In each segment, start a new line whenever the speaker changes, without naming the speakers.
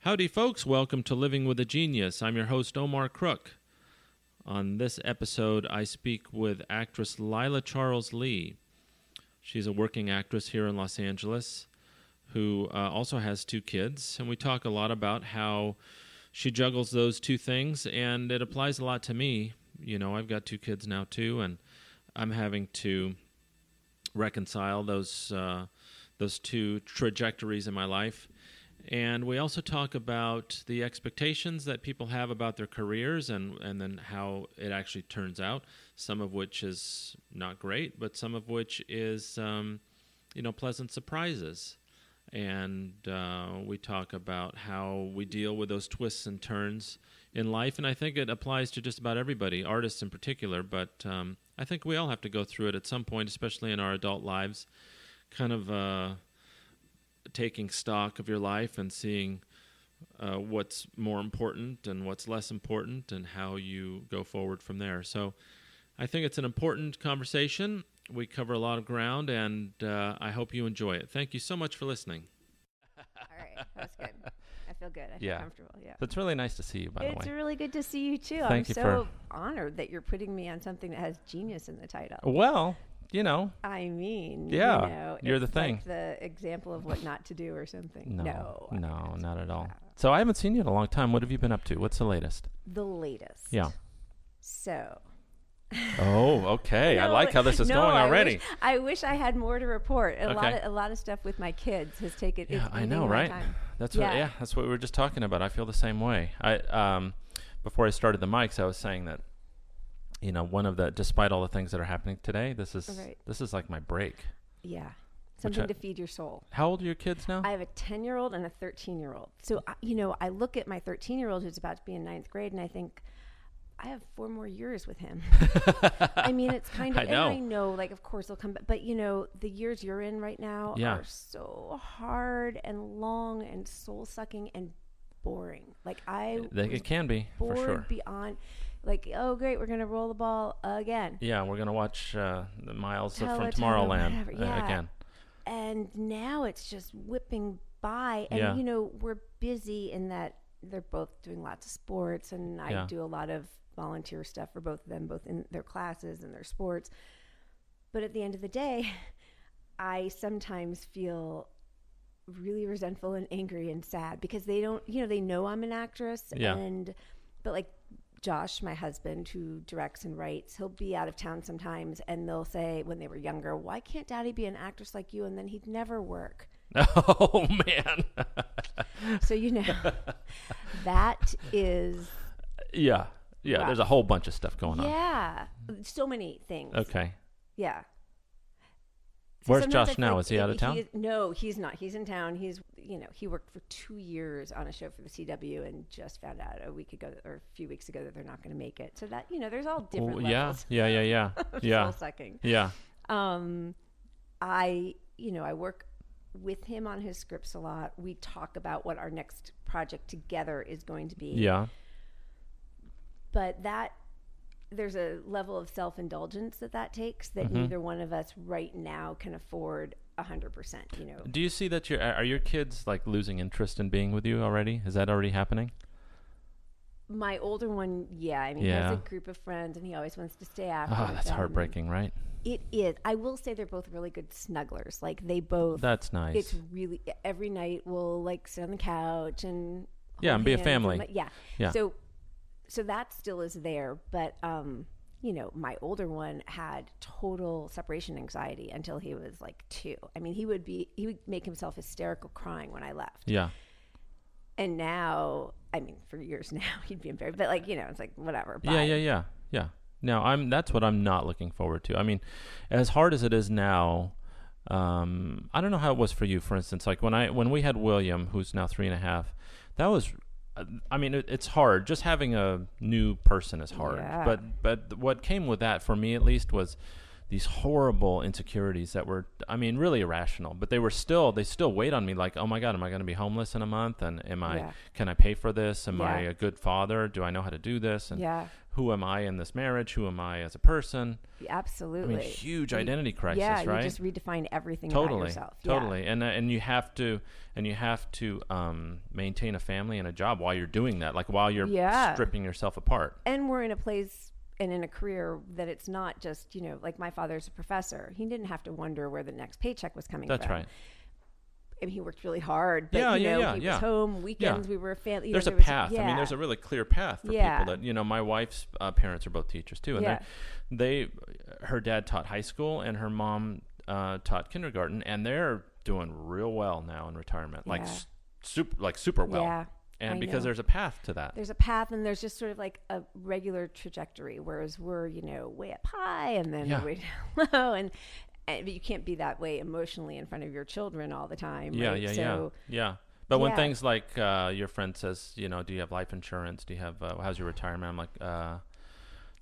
Howdy, folks. Welcome to Living with a Genius. I'm your host, Omar Crook. On this episode, I speak with actress Lila Charles Lee. She's a working actress here in Los Angeles who uh, also has two kids. And we talk a lot about how she juggles those two things, and it applies a lot to me. You know, I've got two kids now, too, and I'm having to reconcile those, uh, those two trajectories in my life. And we also talk about the expectations that people have about their careers and, and then how it actually turns out, some of which is not great, but some of which is, um, you know, pleasant surprises. And uh, we talk about how we deal with those twists and turns in life. And I think it applies to just about everybody, artists in particular. But um, I think we all have to go through it at some point, especially in our adult lives. Kind of. Uh, taking stock of your life and seeing uh, what's more important and what's less important and how you go forward from there. So I think it's an important conversation. We cover a lot of ground and uh, I hope you enjoy it. Thank you so much for listening.
All right, that's good. I feel good. I feel
Yeah.
comfortable. Yeah.
It's really nice to see you, by
It's
the way.
really good to see you too. I'm
Thank you
so
for-
honored that you're putting me on something that has genius in the title.
well, you know,
I mean,
Oh. Yeah,
you know,
you're the
it's
thing.
Like the example of what not to do or something.
no,
No,
no, not at all.
that.
So I haven't seen you in a long time. What have you been up to? What's the latest?
the latest.
Yeah.
So
Oh, okay. I
No,
like how this is
no,
going
I wish-
already.
I wish, I had more to report. A lot,
Okay.
of, a lot of stuff with my kids has taken.
yeah,
it's
I
eating
know,
my
right?
time.
That's what.
Yeah.
Yeah. that's what we were just talking about. I feel the same way. I um, before I started the mics, I was saying that, you know, one of the despite all the things that are happening today, this is
Right.
this is like my break.
Yeah, something
I-
to feed your soul.
How old are your kids now?
I have a 10 year old and a 13 year old. So, I- you know, I look at my 13 year old who's about to be in ninth grade and I think, I have four more years with him. I mean, it's kind of,
I
and
know.
I know, like, of course he'll come back, but you know, the years you're in right now
Yeah.
are so hard and long and soul sucking and boring. Like, I
They-
was
it can be for
bored
sure.
beyond, like, oh, great, we're going to roll the ball again.
yeah, we're gonna watch uh, the Miles from
Peloton,
Tomorrowland
whatever,
uh,
yeah.
again.
and now it's just whipping by and
Yeah.
you know we're busy in that they're both doing lots of sports and i
Yeah.
do a lot of volunteer stuff for both of them both in their classes and their sports but at the end of the day i sometimes feel really resentful and angry and sad because they don't you know they know i'm an actress
Yeah.
and but like Josh, my husband, who directs and writes, he'll be out of town sometimes, and they'll say when they were younger, "Why can't Daddy be an actress like you?" And then he'd never work.
Oh man.
So you know, that is
yeah. Yeah.
Rough.
There's a whole bunch of stuff going on.
yeah, so many things.
Okay.
Yeah.
Where's
sometimes
Josh
I feel
now?
like
Is he out of town?
is- no, he's not. He's in town. He's you know he worked for two years on a show for the CW and just found out a week ago or a few weeks ago that they're not going to make it. So that you know, there's all different
Well, yeah.
levels.
Yeah. Yeah. Yeah. yeah.
Soul sucking.
Yeah.
um, I, you know, I work with him on his scripts a lot. We talk about what our next project together is going to be.
Yeah.
But that there's a level of self indulgence that that takes that
Mm-hmm.
neither one of us right now can afford hundred percent. You know,
Do you see that your are your kids like losing interest in being with you already? Is that already happening?
my older one, yeah, I mean, he has
Yeah.
a group of friends, and he always wants to stay after.
Oh,
with
that's
them.
heartbreaking, right?
It is. I will say they're both really good snugglers. Like they both
That's nice.
it's really every night we'll like sit on the couch and
Yeah,
hold
and be a
hands
family.
like- yeah.
Yeah.
So so that still is there, but um you know, my older one had total separation anxiety until he was like 2. I mean, he would be he would make himself hysterical crying when I left.
yeah.
And now, I mean, for years now he'd be embarrassed, but like, you know, it's like whatever.
Yeah,
bye.
yeah, yeah. Yeah. Now, I'm that's what I'm not looking forward to. I mean, as hard as it is now, um, I don't know how it was for you. For instance, like when I when we had William, who's now three and a half, that was, I mean, it, it's hard. Just having a new person is hard.
Yeah.
But but what came with that for me at least was these horrible insecurities that were i mean really irrational but they were still they still weighed on me like oh my god am i going to be homeless in a month and am i
Yeah.
can i pay for this am
Yeah.
i a good father do i know how to do this and
Yeah.
who am I in this marriage? Who am I as a person?
Absolutely.
I mean, huge
You-
identity crisis,
yeah,
right?
you just redefine everything about
totally,
yourself. Yeah.
totally. And uh, and you have to and you have to um, maintain a family and a job while you're doing that, like while you're
Yeah.
stripping yourself apart.
and we're in a place and in a career that it's not just you know like my father's a professor he didn't have to wonder where the next paycheck was coming
That's
from
right.
and he worked really hard but
Yeah,
you
yeah,
know
yeah,
he
yeah.
was home weekends we were a family you
there's
know,
a
there was-
path. I mean,
yeah.
there's a really clear path for
Yeah.
people that you know. My wife's uh, parents are both teachers too, and
Yeah.
they, they, her dad taught high school and her mom uh, taught kindergarten, and they're doing real well now in retirement, like
Yeah.
s- super, like super well.
Yeah,
and
I
because
know.
there's a path to that.
there's a path and there's just sort of like a regular trajectory whereas we're you know way up high and then
Yeah.
way down low and, and but you can't be that way emotionally in front of your children all the time
yeah,
right?
yeah,
so
yeah, yeah. But when
Yeah.
things like uh, your friend says, you know, do you have life insurance? Do you have uh, how's your retirement? I'm like, uh,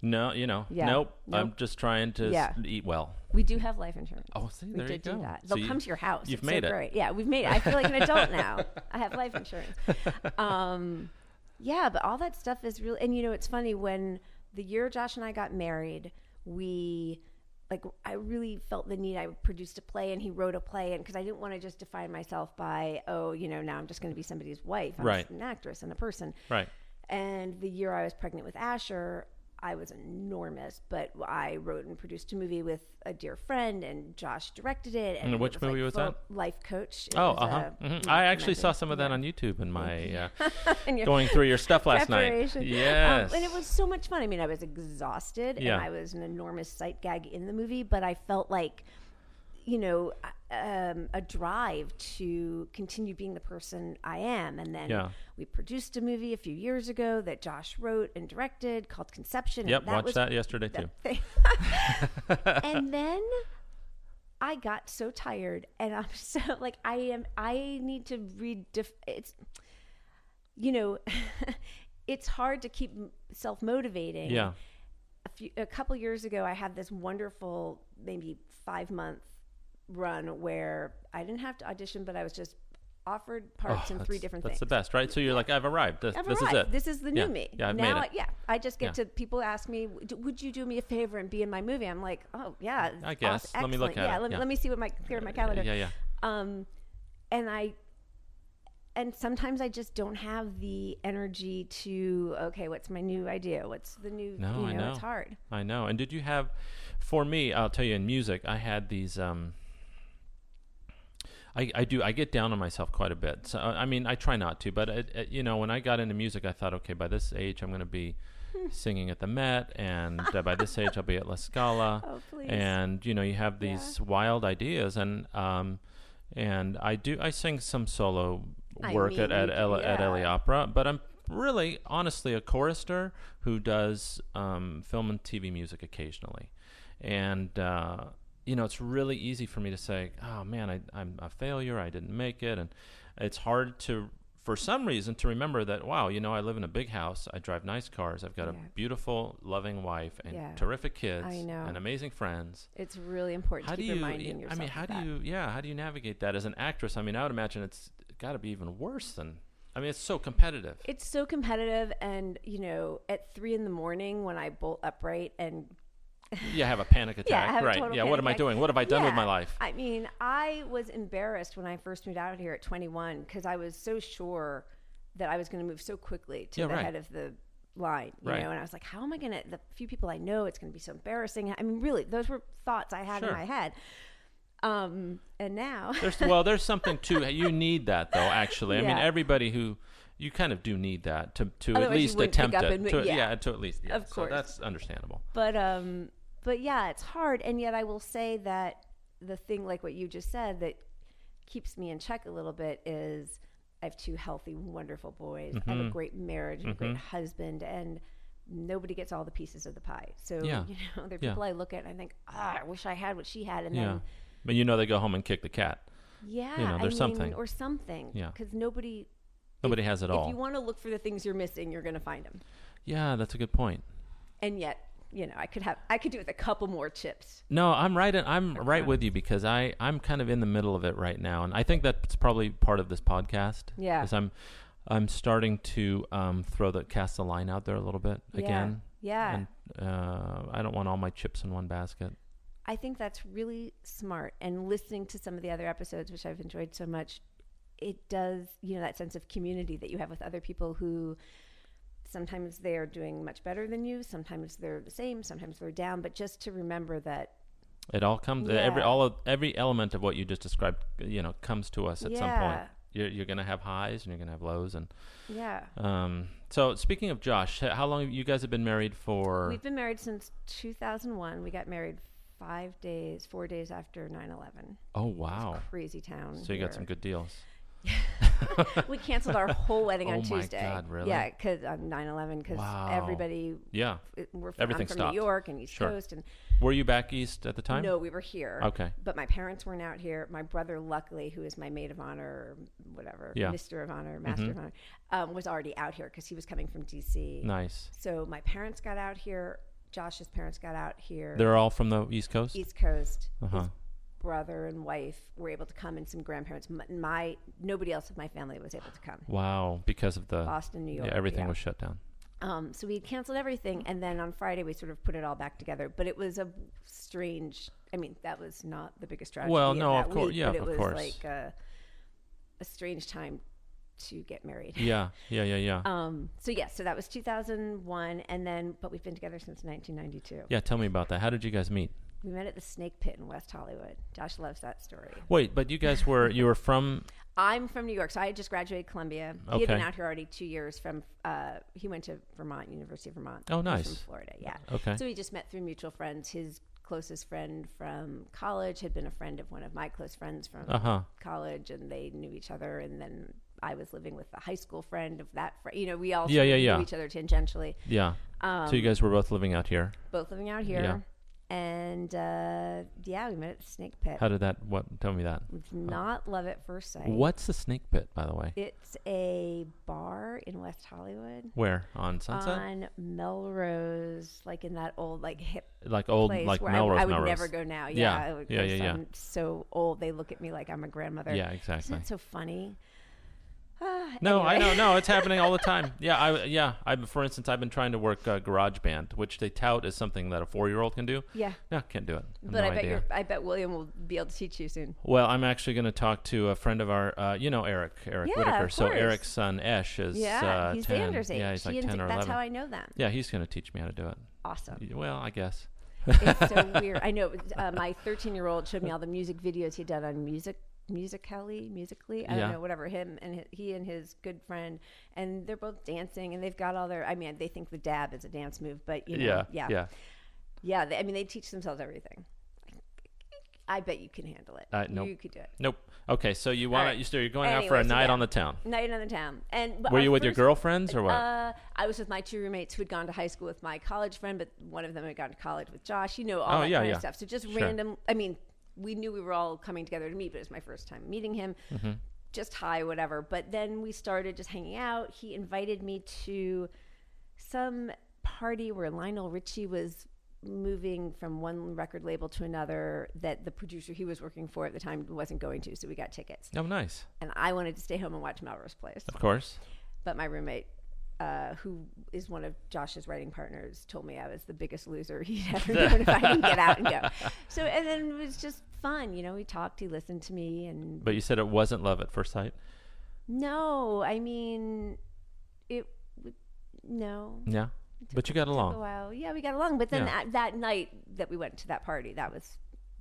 no, you know,
Yeah.
nope, I'm
Nope.
just trying to s-
Yeah.
eat well.
we do have life insurance
Oh, see,
We
there
did
you go.
do that.
So
They'll
you-
come to your house.
you've
It's
made
so
it.
Great. Yeah, we've made it. I feel like an adult now. I have life insurance. Um, yeah, but all that stuff is really. And you know, it's funny when the year Josh and I got married, we like I really felt the need. I produced a play, and he wrote a play, and because I didn't want to just define myself by oh, you know, now I'm just going to be somebody's wife. I'm
Right.
just an actress and a person.
right.
And the year I was pregnant with Asher, I was enormous, but I wrote and produced a movie with a dear friend, and Josh directed it. And
And
it
which
like
movie was
full
that?
Life Coach. It
Oh,
was
uh-huh.
a mm,
Mhm. I actually saw
documentary.
some of that on YouTube in my uh,
And your
going through your stuff last night.
preparation. Um,
Yes.
and it was so much fun. I mean, I was exhausted,
Yeah.
and I was an enormous sight gag in the movie, but I felt like, you know, uh, um, a drive to continue being the person I am. And then
Yeah.
we produced a movie a few years ago that Josh wrote and directed called Conception. and
Yep,
that
watched
was
that yesterday
the
too.
thing. and then I got so tired, and I'm so like I am. I need to redef. It's you know, it's hard to keep self motivating.
Yeah.
A few, a couple years ago, I had this wonderful maybe five month run where I didn't have to audition, but I was just offered parts
Oh,
in three
that's-
different
that's
things.
the best, right? So you're like, I've arrived. This,
I've
this
arrived.
is it.
This is the
Yeah.
new me.
Yeah, I've
now,
made
I-
it.
yeah, I just get
Yeah.
to people ask me, "D- "Would you do me a favor and be in my movie?" I'm like, "Oh yeah,
I
aw-
guess. Let me look
excellent.
at
yeah,
it.
Let,
Yeah. Uh,
let me see what my clear my calendar.
Yeah, yeah.
Um, and I, and sometimes I just don't have the energy to. Okay, what's my new idea? What's the new?
No,
you
I
It's
know.
hard.
I know. And did you have, for me, I'll tell you in music, I had these. Um, I, I do I get down on myself quite a bit. So uh, I mean I try not to, but it, it, you know when I got into music, I thought, okay, by this age I'm going to be singing at the Met, and uh, by this age I'll be at La Scala.
Oh please.
and you know you have these wild ideas and um and i do i sing some solo
I
work at
mean,
at,
you-
LA, at
yeah.
la opera but i'm really honestly a chorister who does um film and tv music occasionally and uh you know it's really easy for me to say oh man I, i'm a failure i didn't make it and it's hard to for some reason to remember that wow you know i live in a big house i drive nice cars i've got
Yeah.
a beautiful loving wife and
Yeah.
terrific kids
I know.
and amazing friends
it's really important
how
to
do
keep
you
reminding yourself.
i mean how
of
do
that.
you yeah how do you navigate that as an actress i mean i would imagine it's got to be even worse than i mean it's so competitive
It's so competitive, and you know, at three in the morning when I bolt upright and
you have a panic
Yeah, I
attack
have a
right
total
yeah what
panic
am i
attack.
doing what have i done with
Yeah.
my life
I mean, I was embarrassed when I first moved out here at 21 because I was so sure that I was going to move so quickly to
Yeah,
the
right.
head of the line, you
Right.
know. And I was like, how am I going to? The few people I know, it's going to be so embarrassing. I mean, really, those were thoughts I had
Sure.
in my head. Um, and now,
there's well there's something to you need that though actually i mean
Yeah.
everybody who you kind of do need that to to at
Otherwise you
least
wouldn't pick
attempt
up
it
and-
to,
yeah.
to at least yeah.
Of
So
course.
that's understandable
but um, but yeah, it's hard. And yet, I will say that the thing, like what you just said, that keeps me in check a little bit is I have two healthy, wonderful boys. I
Mm-hmm.
have a great marriage, and a great husband, and nobody gets all the pieces of the pie. So
Yeah.
you know, there are
Yeah.
people I look at and I think, ah, I wish I had what she had, and
yeah
then
but you know they go home and kick the cat
yeah,
You know,
I mean,
there's something.
or something,
Yeah.
because nobody.
nobody has it
If
all
you want to look for the things you're missing, you're going to find them.
yeah that's a good point
And yet, you know, I could have, I could do with a couple more chips.
No, I'm right. In, I'm right with you because I I'm kind of in the middle of it right now, and I think that's probably part of this podcast.
Yeah.
because I'm I'm starting to um, throw the cast the line out there a little bit
Yeah.
again.
Yeah.
And uh, I don't want all my chips in one basket.
I think that's really smart. And listening to some of the other episodes, which I've enjoyed so much, it does, you know, that sense of community that you have with other people who sometimes they are doing much better than you, sometimes they're the same, sometimes they're down, but just to remember that
It all comes uh, every
Yeah.
all of every element of what you just described, you know, comes to us at some point.
Yeah.
You're you're gonna have highs and you're gonna have lows, and
yeah.
um. So speaking of Josh, h- how long have you guys have been married for?
We've been married since 2001. We got married 5 days, 4 days after 9/11.
oh
It's
wow!
Crazy town.
So you got some
here.
good deals.
We canceled our whole wedding on
Oh my
Tuesday.
God, really?
Yeah, cuz on 9/11 cuz
Wow.
everybody
Yeah.
it- we're from,
Everything
I'm from
stopped.
New York and East
Sure.
Coast and
Were you back east at the time?
no, we were here.
Okay.
But my parents weren't out here. My brother, luckily, who is my maid of honor, or whatever,
Yeah. Mm-hmm.
Mister of Honor, Master of Honor, um, was already out here because he was coming from D.C.
Nice.
So my parents got out here. Josh's parents got out here.
They're all from the East Coast.
East Coast.
Uh huh.
His brother and wife were able to come, and some grandparents. My, my nobody else of my family was able to come.
Wow. Because of the
Boston, New York.
yeah, everything
yeah.
was shut down.
Um, so we had canceled everything, and then on Friday we sort of put it all back together. But it was a strange. I mean, that was not the biggest tragedy.
Well, no,
that
of course-
week,
yeah,
but it
of
was
course.
like a, a strange time to get married.
Yeah. Yeah. Yeah. Yeah.
Um, so yes, so that was 2001, and then but we've been together since 1992.
yeah. Tell me about that. How did you guys meet?
We met at the Snake Pit in West Hollywood. Josh loves that story.
Wait, but you guys were you were from
I'm from New York, so I had just graduated Columbia. He had been
Okay.
out here already two years. From uh, he went to Vermont, University of Vermont.
Oh,
He's
nice. Oh,
From Florida, yeah.
okay.
So we just met through mutual friends. His closest friend from college had been a friend of one of my close friends from
Uh huh.
college, and they knew each other. And then I was living with a high school friend of that friend. You know, we all
Yeah,
sort of
yeah,
knew
yeah.
each other tangentially.
Yeah.
Um,
so you guys were both living out here.
both living out here, and uh, yeah, we met at the Snake Pit.
How did that? What? Tell me that.
Did Not love at first sight.
What's the snake pit, by the way?
It's a bar in West Hollywood.
Where on Sunset?
On Melrose, like in that old, like hip
like old,
Uh, place
like
where
Melrose,
I, I would
Melrose.
never go now.
Yeah.
Yeah, I would
Yeah,
go,
yeah,
so
yeah.
I'm so old. They look at me like I'm a grandmother.
yeah, exactly.
Isn't that so funny?
No, I know.
Anyway.
No, it's happening all the time. Yeah, I yeah. I for instance, I've been trying to work uh, GarageBand, which they tout as something that a four-year-old can do.
Yeah.
No, can't do it. Have
But
no
I bet
idea.
you're, I bet William will be able to teach you soon.
Well, I'm actually going to talk to a friend of our, uh, you know, Eric, Eric
Yeah,
Whitaker.
of
So
course.
Eric's son Esh is
Yeah,
uh,
he's
10.
Xander's age.
Yeah, he's like
He and
10 or
Z- that's
11.
how I know them.
Yeah, he's going to teach me how to do it.
Awesome.
Well, I guess.
it's so weird. I know. Uh, my 13 year old showed me all the music videos he'd done on music. Musically, musically, I
Yeah.
don't know, whatever. Him and hi he and his good friend, and they're both dancing, and they've got all their. I mean, they think the dab is a dance move, but you know,
yeah,
yeah,
yeah.
Yeah, they, I mean, they teach themselves everything. I bet you can handle it.
Uh, nope.
You could do it.
Nope. Okay, so you want
right.
to? you so you're going out for a
Anyway, so
night
yeah.
on the town.
Night on the town. And but
Were
our
you with your
first-
girlfriends or what?
Uh, I was with my two roommates who had gone to high school with my college friend, but one of them had gone to college with Josh. You know all
Oh,
that
yeah,
kind
yeah.
of stuff. So just
Sure.
random. I mean, we knew we were all coming together to meet, but it was my first time meeting him.
Mm-hmm.
Just high, whatever. But then we started just hanging out. He invited me to some party where Lionel Richie was moving from one record label to another that the producer he was working for at the time wasn't going to so we got tickets
oh, nice.
and i wanted to stay home and watch melrose place
Of course.
but my roommate, uh, who is one of Josh's writing partners, told me I was the biggest loser he'd ever known if I didn't get out and go. So, and then it was just fun. You know, he talked, he listened to me, and
But you said it wasn't love at first sight.
no, I mean, it, w- no.
Yeah. But you got
A
along.
while. Yeah, we got along. But then
Oh. Yeah.
that, that night that we went to that party, that was,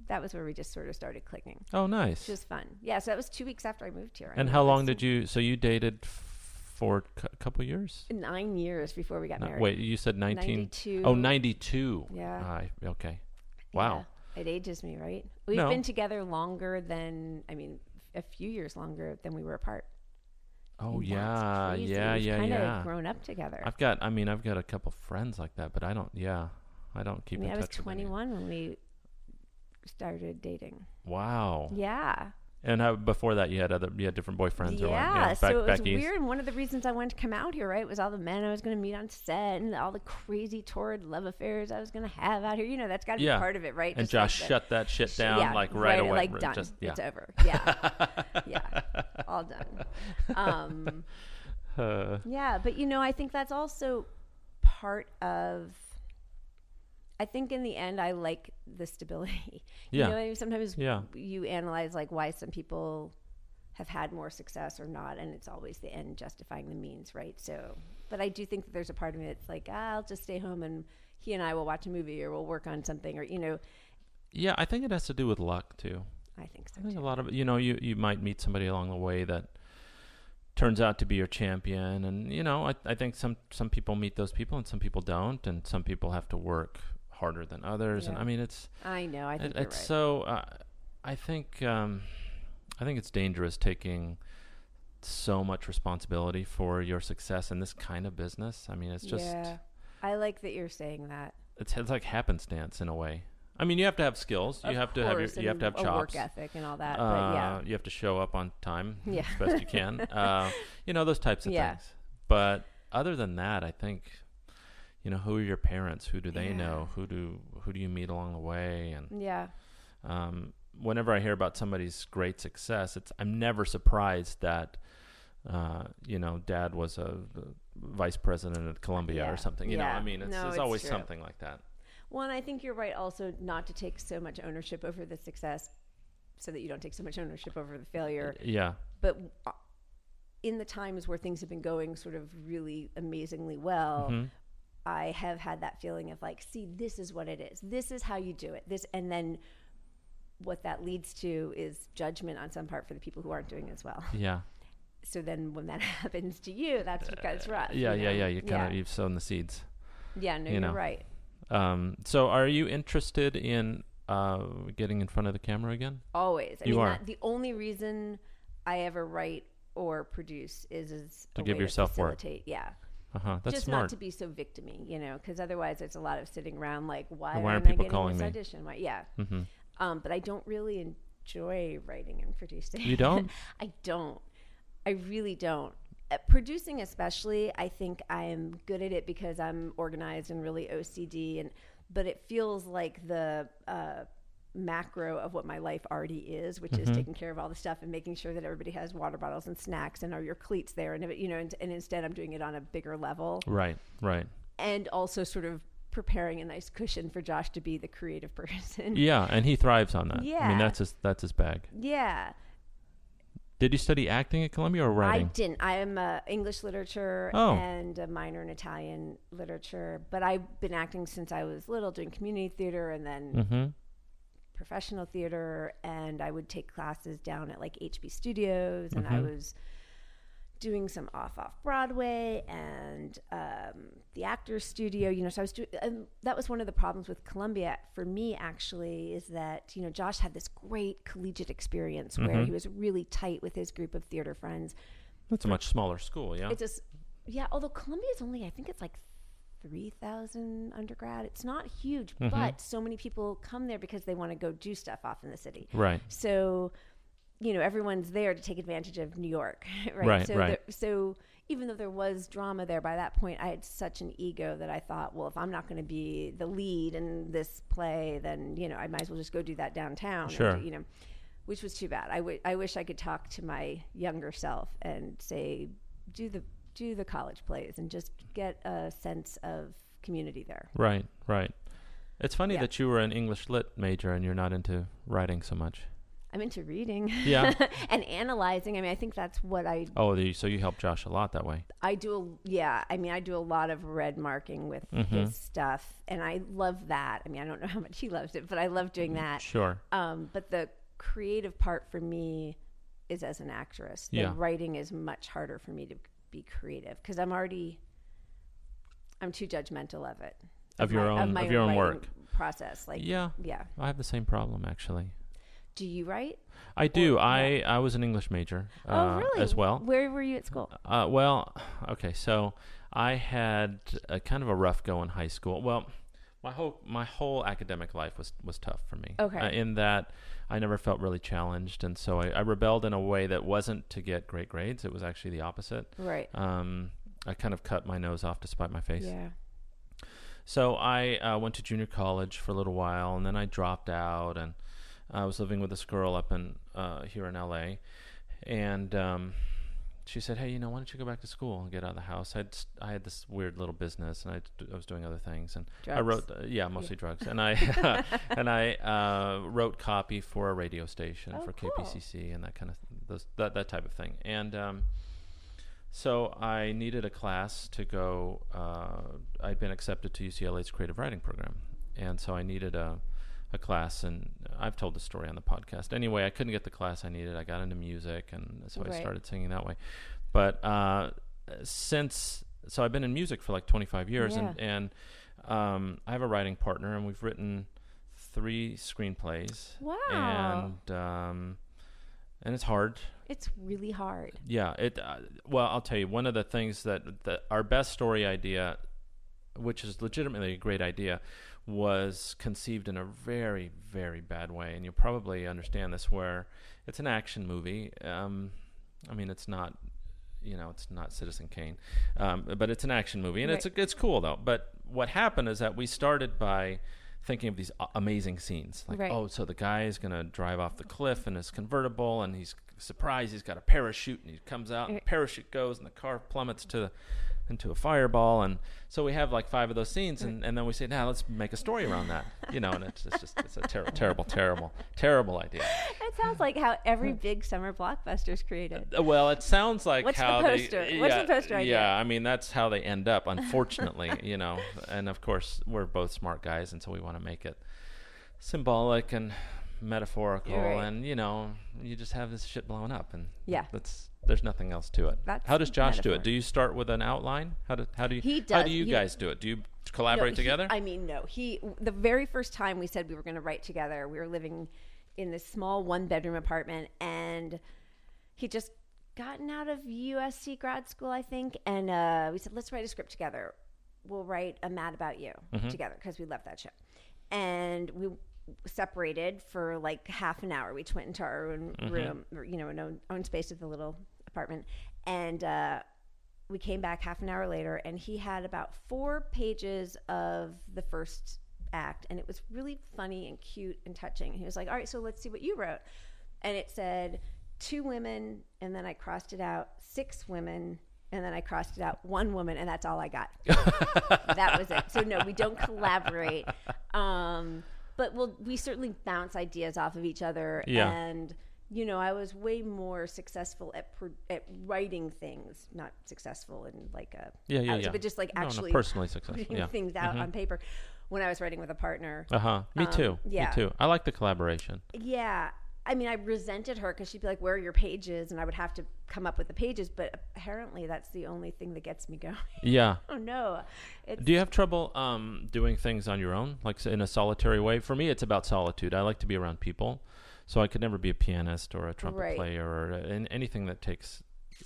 that was where we just sort of started clicking.
Oh, nice.
It was fun. Yeah. So that was two weeks after I moved here. I
and
mean,
how
it
long
was
did you? So you dated f- for a cou- couple years?
Nine years before we got
No,
married.
wait, you said 19. Oh, 92.
Yeah.
I- okay. Wow.
Yeah, it ages me, right? We've
No.
been together longer than, I mean, a few years longer than we were apart.
Oh,
That's
yeah.
crazy.
Yeah,
We've
yeah,
kinda
yeah.
grown up together.
I've got, I mean, I've got a couple friends like that, but I don't, yeah. I don't
I
keep
mean,
in
I was
touch with any.
21 when we started dating.
Wow.
Yeah.
And how, before that, you had other, you had different boyfriends or what?
yeah.
back,
so it was
back east.
weird. And one of the reasons I wanted to come out here, right, was all the men I was going to meet on set and all the crazy torrid love affairs I was going to have out here. You know, that's got to
Yeah.
be part of it, right?
And
Just like
Josh
the-
shut that shit
sh-
down
yeah,
like right, away.
Like
Re-
done.
Just, yeah.
It's over. Yeah. yeah. All done. Um,
Uh,
Yeah, but you know, I think that's also part of I think in the end, I like the stability.
Yeah.
You know, what I mean, sometimes
Yeah.
you analyze like why some people have had more success or not, and it's always the end justifying the means, right? So, but I do think that there's a part of me that's like, ah, I'll just stay home and he and I will watch a movie or we'll work on something or you know,
Yeah, I think it has to do with luck too.
I think so.
I think
too.
a lot of it- you know you you might meet somebody along the way that turns out to be your champion, and you know I I think some some people meet those people and some people don't, and some people have to work harder than others, and
Yeah.
I mean it's
I know. I think
it-
you're
it's
right.
so uh, I think um, I think it's dangerous taking so much responsibility for your success in this kind of business. I mean it's just
yeah. I like that you're saying that.
it's it's like happenstance in a way. I mean you have to have skills, you
Of
have to have your,
course,
you have
and
to have
a
chops.
work ethic and all that.
Uh,
but yeah,
You have to show up on time
Yeah.
as best you can. uh, you know, those types of
Yeah.
things. But other than that, I think, you know, who are your parents? Who do they
Yeah.
know? Who do who do you meet along the way? And
yeah,
um, whenever I hear about somebody's great success, it's I'm never surprised that uh, you know, dad was a vice president at Columbia
Yeah.
or something. You know,
Yeah.
I mean, it's,
No,
there's
it's
always
true.
something like that.
Well, and I think you're right also not to take so much ownership over the success so that you don't take so much ownership over the failure.
Yeah,
But uh, in the times where things have been going sort of really amazingly well,
Mm-hmm.
I have had that feeling of like, see, this is what it is. This is how you do it. This and then what that leads to is judgment on some part for the people who aren't doing as well.
yeah,
So then when that happens to you, that's what gets rough.
Uh, yeah,
you
yeah,
know?
yeah. You kind of
yeah.
you've sown the seeds.
Yeah, no,
you
you are
know.
right.
Um, so, are you interested in uh, getting in front of the camera again?
Always. I
You
mean,
are.
That, the only reason I ever write or produce is is
To
a
give
way
yourself work.
facilitate. Yeah,
Uh huh. That's
just not
smart.
to be so victimy, you know, because otherwise it's a lot of sitting around like, why,
Why aren't
aren't
people
I getting
calling
this
me?
audition? Why? Yeah,
Mhm.
um, but I don't really enjoy writing and producing.
You don't?
I don't. I really don't. At producing, especially, I think I'm good at it because I'm organized and really OCD, and but it feels like the uh, macro of what my life already is, which
Mm-hmm.
is taking care of all the stuff and making sure that everybody has water bottles and snacks and are your cleats there, and you know, and, and instead I'm doing it on a bigger level,
Right. Right.
and also sort of preparing a nice cushion for Josh to be the creative person.
Yeah, and he thrives on that. I mean,
Yeah.
that's his that's his bag.
yeah.
Did you study acting at Columbia or writing?
I didn't. I am uh, English literature
Oh.
and a minor in Italian literature, but I've been acting since I was little, doing community theater and
Hmm.
then
Mm-hmm.
professional theater. And I would take classes down at like HB Studios, and I was doing some off off Broadway and um, the Actors Studio. You know, so I was doing. Um, that was one of the problems with Columbia for me actually is that you know Josh had this great collegiate experience where he was really tight with his group of theater friends.
That's a much smaller school. Yeah.
It's just, yeah. Although Columbia's only, I think it's like three thousand undergrad. It's not huge, but so many people come there because they want to go do stuff off in the city.
right.
So, you know, everyone's there to take advantage of New York, right?
Right,
so,
right.
There, so even though there was drama there by that point, I had such an ego that I thought, well, if I'm not going to be the lead in this play, then you know, I might as well just go do that downtown. and
Sure.
do- you know, which was too bad. I wi- I wish I could talk to my younger self and say, do the do the college plays and just get a sense of community there.
Right. Right. It's funny
Yeah.
that you were an English lit major and you're not into writing so much.
I'm into reading
Yeah.
and analyzing. I mean, I think that's what I
oh, the, so you helped Josh a lot that way.
I do, a, yeah. I mean, I do a lot of red marking with
Mm-hmm.
his stuff, and I love that. I mean, I don't know how much he loves it, but I love doing that.
Sure.
Um, but the creative part for me is as an actress. The
Yeah.
writing is much harder for me to be creative because I'm already, I'm too judgmental of it.
Of your own- of your own
writing
work.
process. Like, yeah.
Yeah. I have the same problem actually.
Do you write?
I do.
yeah.
I I was an English major
oh,
uh,
really?
as well.
Where were you at school?
Uh, well, okay, so I had a kind of a rough go in high school. Well, my whole my whole academic life was was tough for me.
Okay.
Uh, in that I never felt really challenged, and so I, I rebelled in a way that wasn't to get great grades. It was actually the opposite.
Right.
Um, I kind of cut my nose off to spite my face.
Yeah.
So I uh, went to junior college for a little while, and then I dropped out, and I was living with this girl up in uh, here in LA, and um, she said, "Hey, you know, why don't you go back to school and get out of the house?" I'd st- I had this weird little business, and I, d- I was doing other things, and I
Drugs.
wrote, uh, yeah, mostly drugs, and I and I uh, wrote copy for a radio station
Oh,
for
cool.
KPCC and that kind of those, that that type of thing, and um, so I needed a class to go. Uh, I'd been accepted to UCLA's creative writing program, and so I needed a a class, and I've told the story on the podcast. Anyway, I couldn't get the class I needed. I got into music, and so I
Right.
started singing that way. But uh, since so I've been in music for like 25 years, and and um, I have a writing partner, and we've written three screenplays,
Wow.
and um, and it's hard.
It's really hard.
Yeah, it. Uh, well, I'll tell you one of the things that, that our best story idea, which is legitimately a great idea, was conceived in a very very bad way, and you'll probably understand this. Where it's an action movie. Um, I mean, it's not. You know, it's not Citizen Kane, um, but it's an action movie, and it's it's cool though. But what happened is that we started by thinking of these a- amazing scenes, like
Right.
oh, so the guy is going to drive off the cliff in his convertible, and he's surprised. He's got a parachute, and he comes out, and the
Right.
parachute goes, and the car plummets to into a fireball. And so we have like five of those scenes, and, and then we say, now let's make a story around that, you know. And it's, it's just it's a ter- terrible, terrible, terrible idea.
It sounds like how every big summer blockbuster is created.
Uh, Well, it sounds like
What's the
how
poster?
They,
What's the poster idea?
Yeah, I mean that's how they end up, unfortunately, you know. And of course, we're both smart guys, and so we want to make it symbolic and metaphorical,
You're right.
and you know, you just have this shit blowing up, and
Yeah.
that's there's nothing else to it.
That's
how does Josh do
metaphor.
it? Do you start with an outline? How do how do you
He
how
does.
do you
He-
guys do it? Do you
No,
collaborate
he-
together?
I mean, no. He the very first time we said we were going to write together, we were living in this small one bedroom apartment, and he just gotten out of USC grad school, I think, and uh, we said let's write a script together. We'll write a Mad About You together because we love that show, and we separated for like half an hour. We each went into our own room, or, you know, an own, own space of the little apartment, and. Uh, we came back half an hour later and he had about four pages of the first act and it was really funny and cute and touching he was like all right so let's see what you wrote and it said two women and then i crossed it out six women and then i crossed it out one woman and that's all i got that was it so no we don't collaborate um, but we'll, we certainly bounce ideas off of each other
Yeah.
and you know i was way more successful at pro- at writing things not successful in like a
yeah, yeah,
out-
yeah.
but just like
No, no,
actually
personally successful.
putting
Yeah. Mm-hmm.
things out on paper when i was writing with a partner
Uh huh. Me too.
um, yeah.
Me too. I like the collaboration.
yeah i mean i resented her because she'd be like where are your pages and i would have to come up with the pages but apparently that's the only thing that gets me going
Yeah.
oh no it's
Do you have trouble um, doing things on your own, like s- in a solitary way? For me, it's about solitude. I like to be around people, so I could never be a pianist or a trumpet
Right.
player or uh, an anything that takes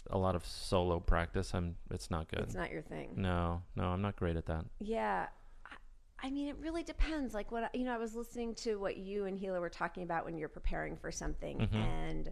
a lot of solo practice. I'm. It's not good.
it's not your thing
no, no, I'm not great at that.
Yeah. I, I mean, it really depends. Like, what, you know, I was listening to what you and Gila were talking about when you're preparing for something and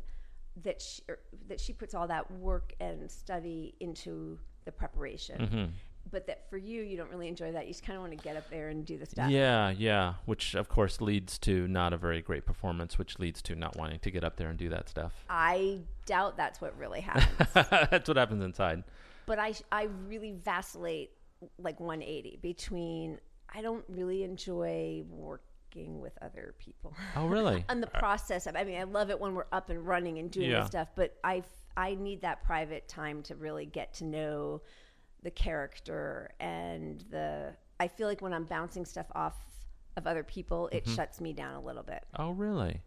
that she, er, that she puts all that work and study into the preparation.
Mm. Mm-hmm.
But that for you, you don't really enjoy that. You just kind of want to get up there and do the stuff.
Yeah, yeah. Which of course leads to not a very great performance, which leads to not wanting to get up there and do that stuff.
I doubt that's what really happens.
That's what happens inside.
but I, I really vacillate like 180 between I don't really enjoy working with other people.
Oh, really?
on the process of. I mean, I love it when we're up and running and doing
Yeah.
this stuff, but I f- I need that private time to really get to know the character and the. I feel like when I'm bouncing stuff off of other people, it shuts me down a little bit,
oh, really?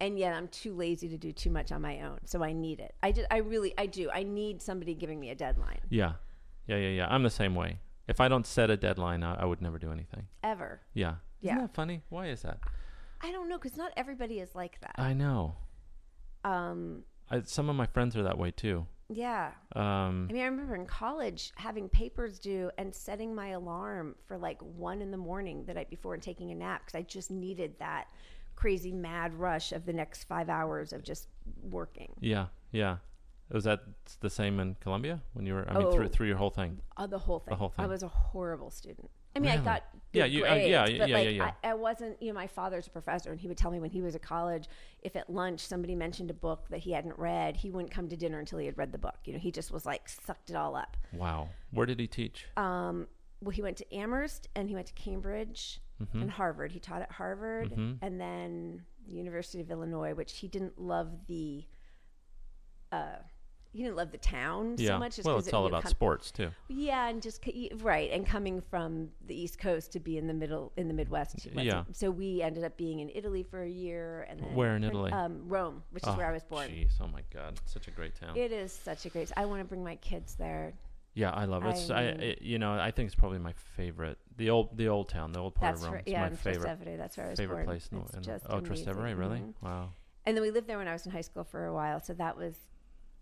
and yet I'm too lazy to do too much on my own, so I need it. I did. I really. I do. I need somebody giving me a deadline
Yeah, yeah, yeah, yeah. I'm the same way. If I don't set a deadline, I, I would never do anything.
ever.
Yeah. Isn't
Yeah.
that funny? Why is that?
I don't know because not everybody is like that.
I know.
Um.
I, some of my friends are that way too.
Yeah.
Um,
I mean, I remember in college having papers due and setting my alarm for like one in the morning the night before and taking a nap because I just needed that crazy mad rush of the next five hours of just working.
yeah, yeah. Was that the same in Colombia when you were? I mean, through
Oh.
through your whole thing.
Uh, the whole thing.
whole
I
thing.
was a horrible student. I mean, I
Really?
got good
Yeah, you- uh,
grades,
yeah, yeah,
but
yeah,
like,
yeah, yeah.
I, I wasn't. You know, my father's a professor, and he would tell me when he was at college, if at lunch somebody mentioned a book that he hadn't read, he wouldn't come to dinner until he had read the book. You know, he just was like sucked it all up.
Wow. Where did he teach?
Um, Well, he went to Amherst and he went to Cambridge
Mm-hmm.
and Harvard. He taught at Harvard and then the University of Illinois, which he didn't love the. Uh, he didn't love the town
yeah.
so much. just
well,
'cause
it's
it-
all
you
about
come-
sports too.
Yeah, and just c- e, right, and coming from the East Coast to be in the middle in the Midwest. wasn't-
Yeah.
So we ended up being in Italy for a year, and then
Where in Italy?
Um, Rome, which is
Oh,
where I was born.
Jeez, oh my God, such a great town.
It is such a great. I want to bring my kids there.
yeah, I love it. It's, I,
I-
it- You know, I think it's probably my favorite. The old, the old town, the old part
That's
of Rome.
where,
is
yeah,
my
in
favorite,
Trastevere. That's where I was
favorite
born.
place. In, the-
It's
in, the-
just
oh,
amazing.
Trastevere, really?
Mhm.
Wow.
And then we lived there when I was in high school for a while, so that was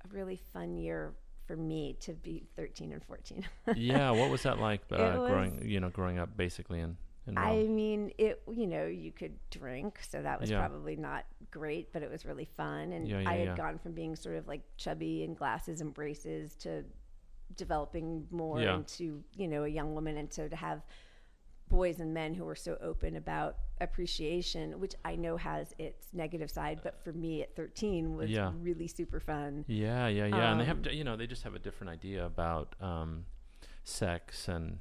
a really fun year for me to be 13 and 14.
yeah. What was that like? Uh,
was-
growing, you know, growing up basically in in Rome.
I mean, it you know, you could drink, so that was
Yeah.
probably not great, but it was really fun. And
Yeah, yeah,
I had
yeah.
gone from being sort of like chubby and glasses and braces to developing more
Yeah.
into, you know, a young woman. And so to have boys and men who were so open about appreciation, which I know has its negative side, but for me at 13 was
Yeah.
really super fun.
Yeah, yeah, yeah. and they
Um,
have, you know, they just have a different idea about um, sex and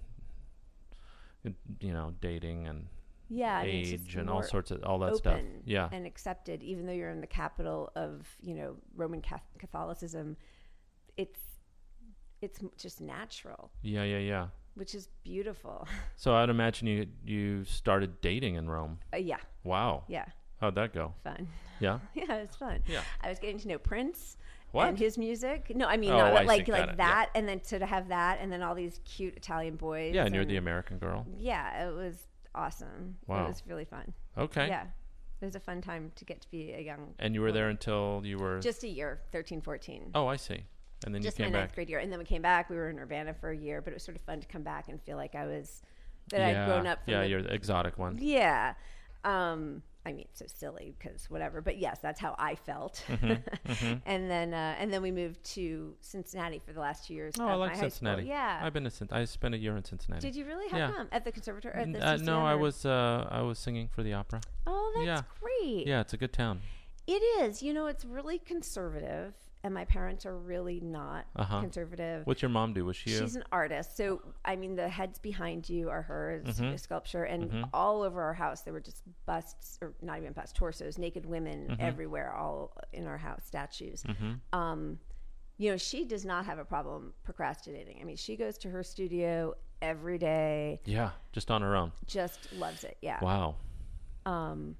you know, dating and
Yeah. I mean, it's
age
just
and all
more-
sorts of all that stuff.
open
Yeah,
and accepted even though you're in the capital of you know roman Cath- catholicism it's it's m- just natural
yeah, yeah, yeah.
which is beautiful
So I'd imagine you you started dating in Rome.
uh, yeah
Wow,
yeah
how'd that go?
fun
Yeah,
yeah it was fun
Yeah.
i was getting to know prince
What?
and his music no i mean
Oh,
not
I see.
like
Got
like
it.
that and then to have that and then all these cute italian boys
yeah, and you're the American girl.
yeah it was awesome
Wow.
it was really fun
Okay.
yeah it was a fun time to get to be a young
And you were there until you were.
just a year 13 14
oh, I see. And then
just
you
my
came
ninth
back.
grade year. And then we came back. We were in Urbana for a year, but it was sort of fun to come back and feel like I was that I'd
yeah,
grown up. From
yeah,
the-
you're the exotic one.
yeah. Um, I mean, so silly because whatever. But yes, that's how I felt.
Mm-hmm,
and then uh, and then we moved to Cincinnati for the last two years.
Oh,
of
I
my
like
high school.
Cincinnati.
Yeah.
I've been to Cin- I spent a year in Cincinnati.
Did you really? How
Yeah.
come? At the conservatory? At
N-
the
uh,
CCM,
no, I
or-
was uh, I was singing for the opera.
Oh, that's
yeah.
great.
Yeah, it's a good town.
It is. You know, it's really conservative, and my parents are really not
Uh-huh.
conservative.
What's your mom do? Was she? a-
She's an artist. So, I mean, the heads behind you are her s-
Mm-hmm.
sculpture. And all over our house, there were just busts, or not even busts, torsos, naked women
Mm-hmm.
everywhere, all in our house, statues. Um, you know, she does not have a problem procrastinating. I mean, she goes to her studio every day,
yeah, just on her own.
just loves it. Yeah.
Wow.
Um,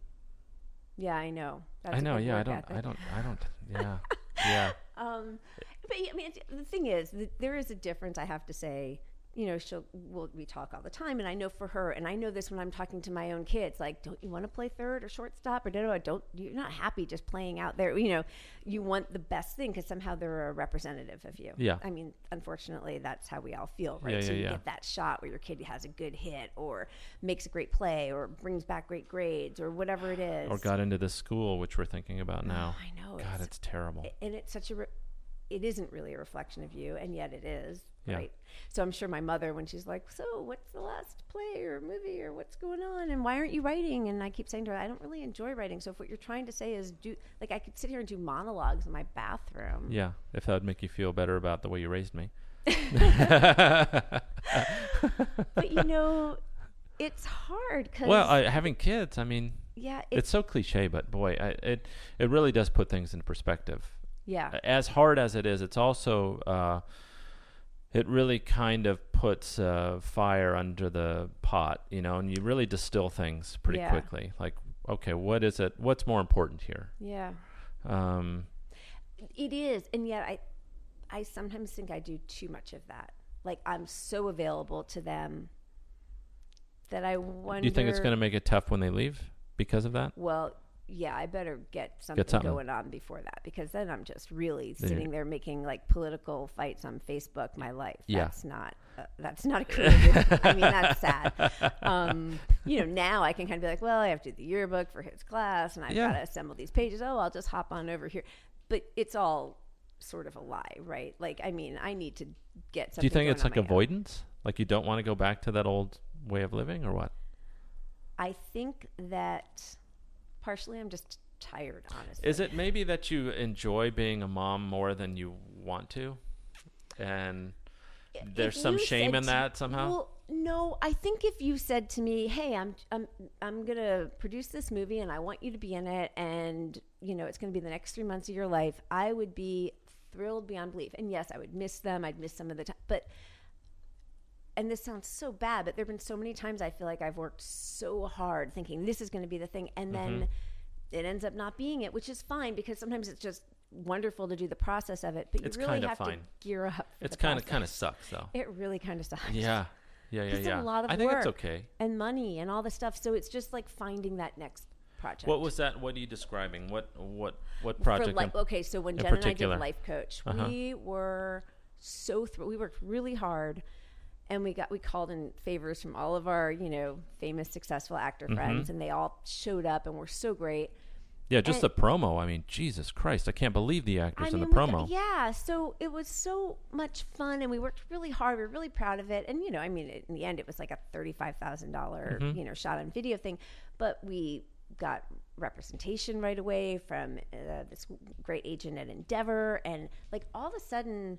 yeah, I know. That's
I
a
know.
good
Yeah, I
work
don't.
ethic.
I don't. I don't. Yeah. yeah.
Um, but yeah, I mean, it's- the thing is, th- there is a difference. I have to say, you know, she'll we'll, we talk all the time, and I know for her, and I know this when I'm talking to my own kids. Like, don't you want to play third or shortstop or da da? Don't you're not happy just playing out there? You know, you want the best thing because somehow they're a representative of you.
Yeah.
I mean, unfortunately, that's how we all feel, right?
Yeah,
so
yeah,
you
yeah.
get that shot where your kid has a good hit or makes a great play or brings back great grades or whatever it is.
Or got into the school, which we're thinking about now.
I know.
Oh, God, it's terrible.
and it's such a re- it isn't really a reflection of you and yet it is
Yeah.
right so i'm sure my mother when she's like so what's the last play or movie or what's going on and why aren't you writing and i keep saying to her i don't really enjoy writing so if what you're trying to say is do like i could sit here and do monologues in my bathroom
Yeah. If that'd make you feel better about the way you raised me.
but you know it's hard because
Well, I, having kids, I mean,
yeah
it's,
it's,
so cliche, but boy, I, it it really does put things into perspective.
yeah
as hard as it is, it's also uh, it really kind of puts uh, fire under the pot, you know, and you really distill things pretty
Yeah.
quickly. Like, okay, what is it? What's more important here?
yeah
Um,
It is, and yet I, I sometimes think I do too much of that. Like I'm so available to them that I wonder.
do you think it's going to make it tough when they leave because of that?
Well, yeah, I better get something,
something.
going on before that because then I'm just really
you're-
sitting there making like political fights on Facebook. My life.
Yeah.
That's not. Uh, that's not a creative. I mean, that's sad. Um, you know, now I can kind of be like, well, I have to do the yearbook for his class, and I've
Yeah.
got to assemble these pages. Oh, I'll just hop on over here. But it's all sort of a lie, right? Like, I mean, I need to get. Something
Do you think
going
it's
on
like
my own.
avoidance? Like you don't want to go back to that old way of living or what?
I think that partially I'm just tired, honestly.
Is it maybe that you enjoy being a mom more than you want to? And
If
there's some
you
shame
said
in
to-
that somehow?
Well, no, I think if you said to me, "Hey, I'm I'm I'm going to produce this movie and I want you to be in it and, you know, it's going to be the next 3 months of your life," I would be thrilled beyond belief. And yes, I would miss them. I'd miss some of the time, but and this sounds so bad, but there've been so many times I feel like I've worked so hard thinking this is going to be the thing and then
Mm-hmm.
it ends up not being it, which is fine because sometimes it's just wonderful to do the process of it, but you
It's
really
kinda
have to
fine.
gear up. for
it's
the
kind of
process.
kind of sucks though.
It really kind of sucks.
Yeah, yeah, yeah,
It's a
yeah.
lot of
I think it's
work.
okay.
And money and all the stuff. So it's just like finding that next project.
What was that? What are you describing? What what what
for
project? in-
life? Okay, so when
in
Jen
particular? Uh-huh.
and I did Life Coach, we were so thr- we worked really hard, and we got we called in favors from all of our you know famous successful actor
Mm-hmm.
friends, and they all showed up and were so great.
yeah, just
and-
the promo. I mean, Jesus Christ, I can't believe the actors in the
we got-
promo.
yeah, so it was so much fun, and we worked really hard. We were really proud of it, and you know, I mean, in the end, it was like a thirty-five dollars,
Mm-hmm.
you know, shot on video thing, but we got representation right away from uh, this great agent at Endeavor, and like all of a sudden,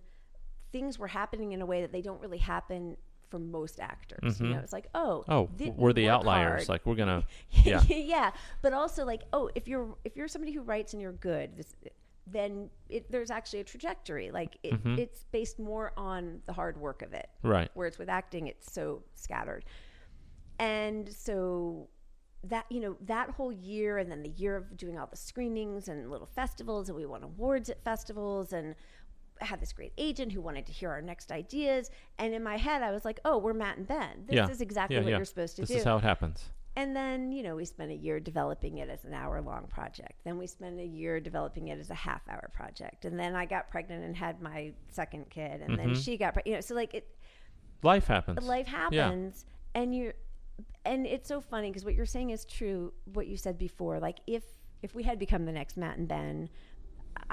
things were happening in a way that they don't really happen for most actors. You know, it's like, oh,
Mm-hmm. Oh,
thi-
we're the
work
outliers.
hard.
Like we're gonna.
yeah.
Yeah,
but also like oh if you're if you're somebody who writes and you're good this, then it, there's actually a trajectory like it,
Mm-hmm.
it's based more on the hard work of it
right.
where it's with acting it's so scattered and so that you know that whole year and then the year of doing all the screenings and little festivals and we won awards at festivals and had this great agent who wanted to hear our next ideas and in my head i was like oh we're matt and ben this
yeah.
is exactly
yeah,
what
yeah.
you're supposed to
this
do
This is how it happens.
and then, you know, we spent a year developing it as an hour long project. Then we spent a year developing it as a half hour project. And then I got pregnant and had my second kid. And then she got pregnant. You know, so like it,
Life happens.
life happens and you're, and it's so funny because what you're saying is true. What you said before, like if, if we had become the next Matt and Ben,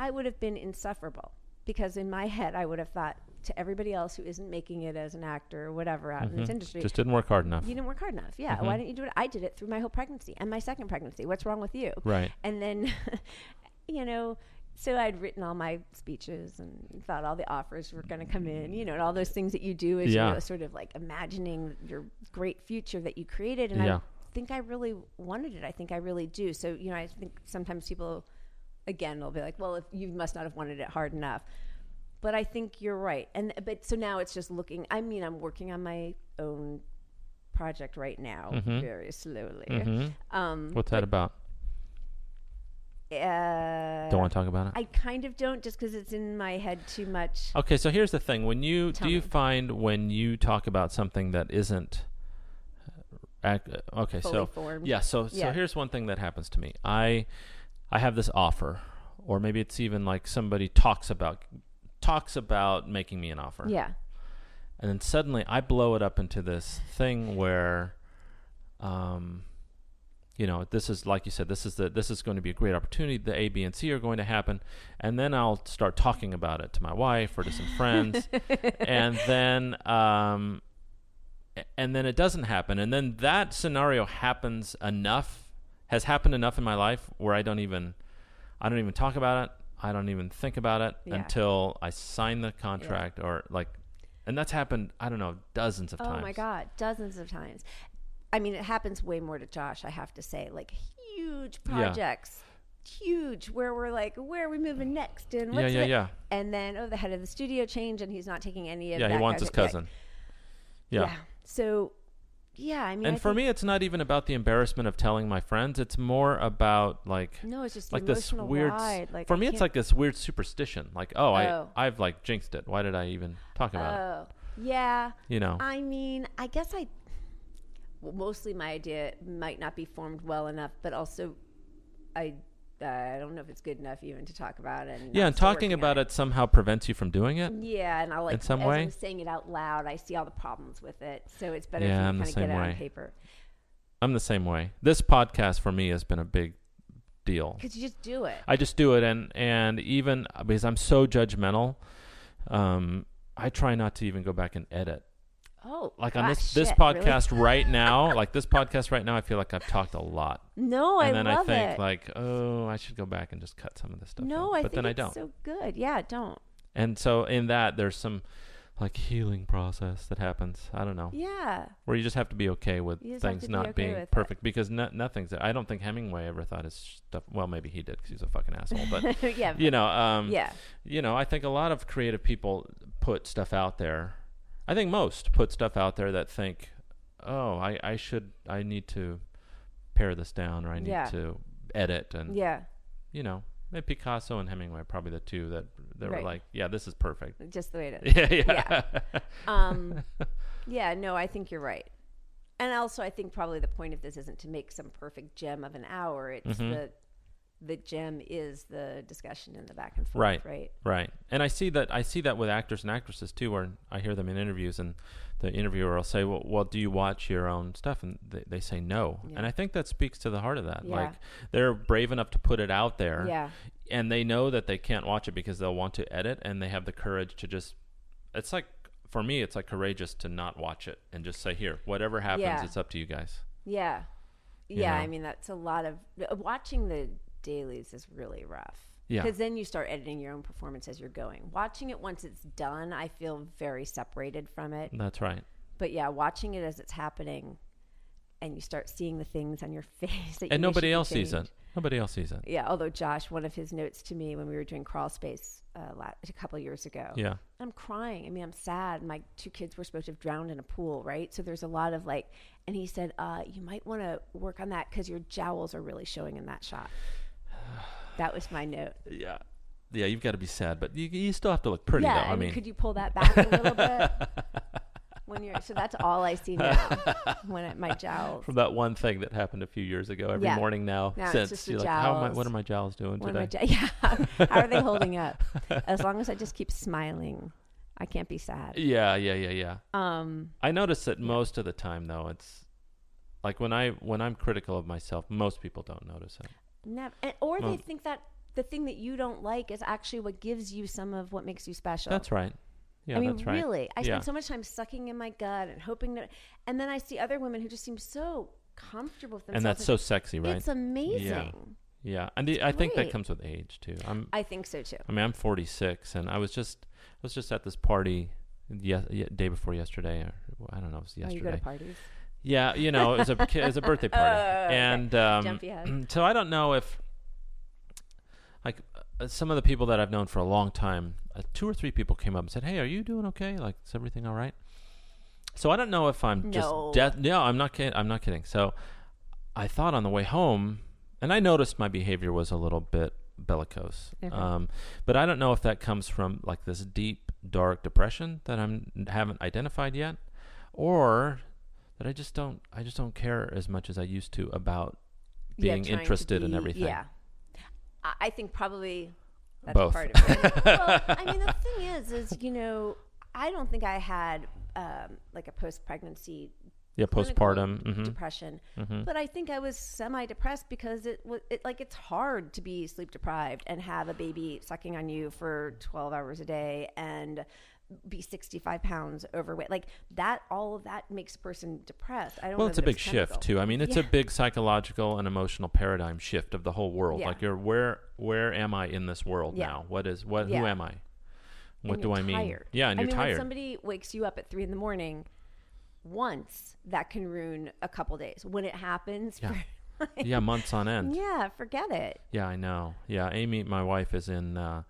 I would have been insufferable because in my head, I would have thought to everybody else who isn't making it as an actor or whatever out in this industry,
Just didn't work hard enough.
you didn't work hard enough. Yeah.
Mm-hmm.
Why didn't you do it? I did it through my whole pregnancy and my second pregnancy. What's wrong with you?
Right.
And then, you know, so I'd written all my speeches and thought all the offers were going to come in, you know, and all those things that you do is
Yeah.
you know, sort of like imagining your great future that you created. And
Yeah.
I think I really wanted it. I think I really do. So, you know, I think sometimes people, again, will be like, well, if you must not have wanted it hard enough but I think you're right. And but so now it's just looking. I mean, I'm working on my own project right now,
Mm-hmm.
very slowly. Um,
What's that about?
uh,
Don't want to talk about it.
I kind of don't, just because it's in my head too much.
Okay, so here's the thing: when you
Tell
do you
me.
find when you talk about something that isn't uh, ac- okay,
Fully
so
formed.
yeah, so so
Yeah.
here's one thing that happens to me: I I have this offer, or maybe it's even like somebody talks about talks about making me an offer,
Yeah,
and then suddenly I blow it up into this thing where, um, you know, this is like you said, this is the this is going to be a great opportunity. The A, B, and C are going to happen, and then I'll start talking about it to my wife or to some friends, and then um, a- and then it doesn't happen, and then that scenario happens enough has happened enough in my life where I don't even I don't even talk about it. I don't even think about it
Yeah.
until I sign the contract or like and that's happened, I don't know, dozens of times.
Oh my god, dozens of times. I mean, it happens way more to Josh. I have to say, like huge projects, huge, where we're like, where are we moving next, and
Yeah,
what's
yeah,
the-
yeah.
And then oh, the head of the studio changed, and he's not taking any of.
Yeah, he
that
wants his
guy's- yeah.
cousin. Yeah.
So, yeah, I mean,
And
I
for
think-
me it's not even about the embarrassment of telling my friends. It's more about like
no, it's just
like
the
this
emotional
weird s-
ride. Like
for
I
me it's
can't-
like this weird superstition. Like, oh,
Oh.
I I've like jinxed it. Why did I even talk about it?
oh, yeah.
You know.
I mean, I guess I well, mostly my idea might not be formed well enough, but also I uh, I don't know if it's good enough even to talk about it.
yeah, and talking about
it.
it somehow prevents you from doing it.
Yeah, and I'll like
in some
as
way?
I'm saying it out loud, I see all the problems with it, so it's better
Yeah,
if
I'm
you
the
kind of get
same
it on
way.
paper
I'm the same way. This podcast for me has been a big deal.
because you just do it.
I just do it, and and even because I'm so judgmental, um, I try not to even go back and edit
Oh,
Like on this
gosh,
this
shit, really?
podcast right now, like this podcast right now, I feel like I've talked a lot.
No, Oh, I
and then
love
I think
it.
like, oh, I should go back and just cut some of this stuff.
no,
out.
I
but
think
then
it's
I don't.
so good. Yeah, don't.
And so in that, there's some like healing process that happens. I don't know,
Yeah,
where you just have to be okay with
You just have
things
to be
not
okay
being
with it.
perfect because no, nothing's. I don't think Hemingway ever thought his stuff. Well, maybe he did because he's a fucking asshole. But
yeah,
you know, um,
yeah.
you know, I think a lot of creative people put stuff out there. I think most put stuff out there that think, oh, I, I should, I need to pare this down, or I need
Yeah.
to edit, and
Yeah,
you know, maybe Picasso and Hemingway are probably the two that that were
Right.
like, yeah, this is perfect.
just the way it is.
yeah, yeah.
Um, yeah, no, I think you're right. And also, I think probably the point of this isn't to make some perfect gem of an hour. It's
Mm-hmm.
the the gem is the discussion and the back and forth,
Right.
Right.
Right. And I see that I see that with actors and actresses too, where I hear them in interviews and the interviewer will say, Well, well do you watch your own stuff? And they, they say no. And I think that speaks to the heart of that.
Yeah.
Like they're brave enough to put it out there.
Yeah.
And they know that they can't watch it because they'll want to edit and they have the courage to just it's like for me it's like courageous to not watch it and just say, Here, whatever happens,
Yeah.
it's up to you guys.
Yeah.
You
Yeah.
know?
I mean, that's a lot of uh, watching the dailies is really rough.
Yeah.
Because then you start editing your own performance as you're going. Watching it once it's done, I feel very separated from it.
That's right.
But yeah, watching it as it's happening, and you start seeing the things on your face that you
And
wish you
nobody
could
else sees
change.
it. Nobody else sees it.
Yeah, although Josh, one of his notes to me when we were doing Crawl Space uh, la- a couple years ago,
Yeah.
I'm crying. I mean, I'm sad. My two kids were supposed to have drowned in a pool, right? So there's a lot of like, and he said, uh, you might want to work on that because your jowls are really showing in that shot. That was my note.
Yeah. Yeah, you've got to be sad, but you, you still have to look pretty
yeah,
though. I mean,
could you pull that back a little bit? When you're so that's all I see now when I, my jowls.
from that one thing that happened a few years ago. Every
Yeah.
morning now,
Now it's
since
just the
you're like, how am I,
jowls.
what are my jowls doing
When my
today?
jow- yeah, how are they holding up? As long as I just keep smiling, I can't be sad.
yeah, yeah, yeah, yeah.
Um,
I notice that most of the time though, it's like when I when I'm critical of myself, most people don't notice it.
never, and, or
Well-
they think that the thing that you don't like is actually what gives you some of what makes you special.
That's right. Yeah,
I mean,
that's right.
really, I
Yeah.
spend so much time sucking in my gut and hoping that, and then I see other women who just seem so comfortable with
and
themselves.
that's so sexy, right?
It's amazing.
yeah, and the, I think that
great.
comes with age too. I'm
I think so too.
I mean, I'm 46, and I was just I was just at this party, yes, ye- day before yesterday, or I don't know, it was
Oh,
yesterday.
you go to parties?
Yeah, you know, it was a ki- it was a birthday party,
Oh, okay.
and um,
Jumpy head.
so I don't know if like uh, some of the people that I've known for a long time, uh, two or three people came up and said, "Hey, are you doing okay? Like, is everything all right?" So I don't know if I'm just
No.
death. No, I'm not kidding. I'm not kidding. So I thought on the way home, and I noticed my behavior was a little bit bellicose.
Okay.
Um, but I don't know if that comes from like this deep, dark depression that I'm haven't identified yet, or that I just don't. I just don't care as much as I used to about
Yeah,
being
trying to
interested in
be-
everything.
Yeah, I, I think probably that's
Both.
part of it. well, I mean, the thing is, is you know, I don't think I had um, like a post-pregnancy
Yeah,
clinical
postpartum.
d-
hmm
depression. But I think I was semi-depressed because it was it, like it's hard to be sleep deprived and have a baby sucking on you for 12 hours a day and be 65 pounds overweight. Like that all of that makes a person depressed. I don't
Well,
know
it's a
that
big shift
chemical.
too. I mean, it's a
Yeah.
big psychological and emotional paradigm shift of the whole world.
Yeah.
Like, you're where where am I in this world
Yeah.
now? What is what? Who
Yeah.
am I? What
and
do
you're
I mean?
tired.
Yeah, and
I
you're
mean,
tired.
When somebody wakes you up at three in the morning once, that can ruin a couple days. When it happens,
Yeah.
for-
yeah, months on end.
yeah, forget it.
Yeah, I know. Yeah, Amy, my wife, is in. Uh,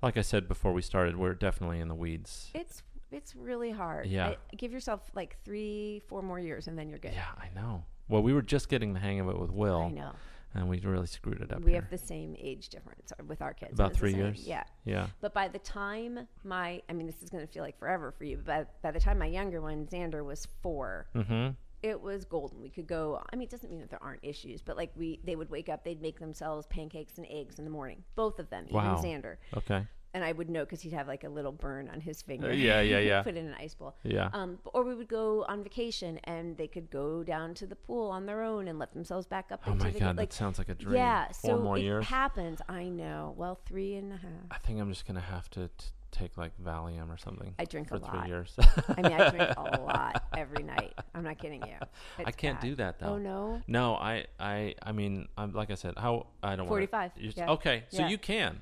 like I said before we started, we're definitely in the weeds.
It's it's really hard.
Yeah.
I- give yourself like three, four more years, and then you're good.
Yeah, I know. Well, we were just getting the hang of it with Will,
I know.
and we really screwed it up.
We
here.
have the same age difference with our kids.
about
It's the
three
same.
years.
Yeah.
yeah,
But by the time my, I mean, this is going to feel like forever for you, but by, by the time my younger one, Xander, was 4
Mm-hmm.
it was golden. We could go, I mean, it doesn't mean that there aren't issues, but like we, they would wake up, they'd make themselves pancakes and eggs in the morning, both of them,
Wow.
even Xander.
okay,
And I would know because he'd have like a little burn on his finger.
Uh, yeah, yeah, yeah.
Put in an ice bowl.
yeah.
Um, b- or we would go on vacation and they could go down to the pool on their own and let themselves back up.
oh
into
my
the,
god,
like,
that sounds like a dream.
yeah,
four
so
more
it
years.
happens. I know. Well, three and a half.
I think I'm just gonna have to t- take like Valium or something
I drink
for
a
three
lot.
years.
I mean, I drink a lot every night. I'm not kidding you.
I
It's
can't
bad.
do that though.
Oh no.
No, I, I, I mean, I'm like I said, how I don't want
45, yeah.
Okay, so
Yeah.
you can,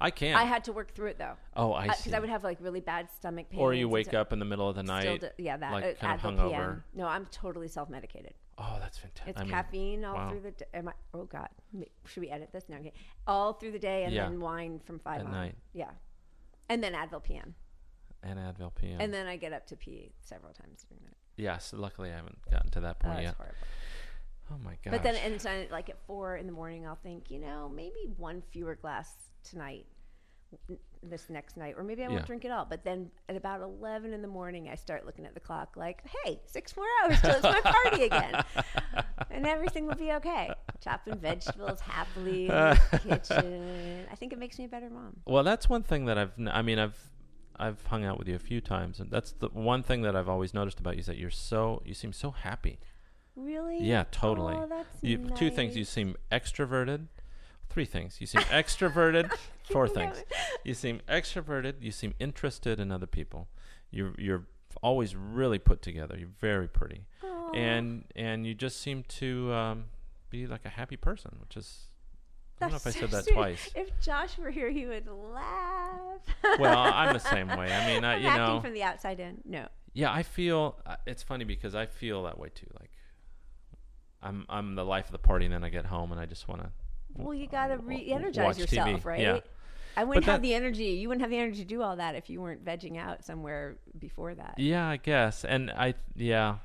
I can.
I had to work through it though,
oh, I see.
because I would have like really bad stomach pain.
or you wake up in the middle of the night.
yeah, that
like,
uh,
kind of
at the
hungover.
PM. No, I'm totally self-medicated.
oh, that's fantastic.
It's
I mean,
caffeine all
wow.
through the. d- Am I? Oh God, M- should we edit this? No, okay. All through the day, and
Yeah.
then wine from five
At
on.
night.
Yeah, and then Advil PM,
and Advil PM.
and then I get up to pee several times during that.
yes, luckily I haven't gotten to that
Oh,
point
it's
yet.
horrible.
Oh my god.
But then, and so, like at four in the morning, I'll think, you know, maybe one fewer glass tonight, n- this next night, or maybe I won't
Yeah.
drink at all. But then at about 11 in the morning, I start looking at the clock like, hey, six more hours till it's my party again. And everything will be okay. Chopping vegetables happily in the kitchen. I think it makes me a better mom.
Well, that's one thing that I've. n- I mean, I've I've hung out with you a few times, and that's the one thing that I've always noticed about you is that you're so you seem so happy.
Really?
Yeah, totally.
Oh, that's
you, Two things:
nice.
you seem extroverted. Three things: you seem extroverted. Four
Keeping
things: you seem extroverted. You seem interested in other people. You're you're always really put together. You're very pretty,
Aw.
and and you just seem to um, be like a happy person, which is. I don't know if I
That's
said
so
that
sweet.
twice.
If Josh were here, he would laugh.
Well, I'm the same way. I mean, I-
I'm
you
acting
know-
from the outside in. No,
Yeah, I feel uh, it's funny because I feel that way too. Like, I'm I'm the life of the party, and then I get home and I just want to.
well, you gotta
w-
re-energize
watch
yourself,
TV,
right?
yeah.
I wouldn't
But
have
that-
the energy. You wouldn't have the energy to do all that if you weren't vegging out somewhere before that.
Yeah, I guess, and I yeah,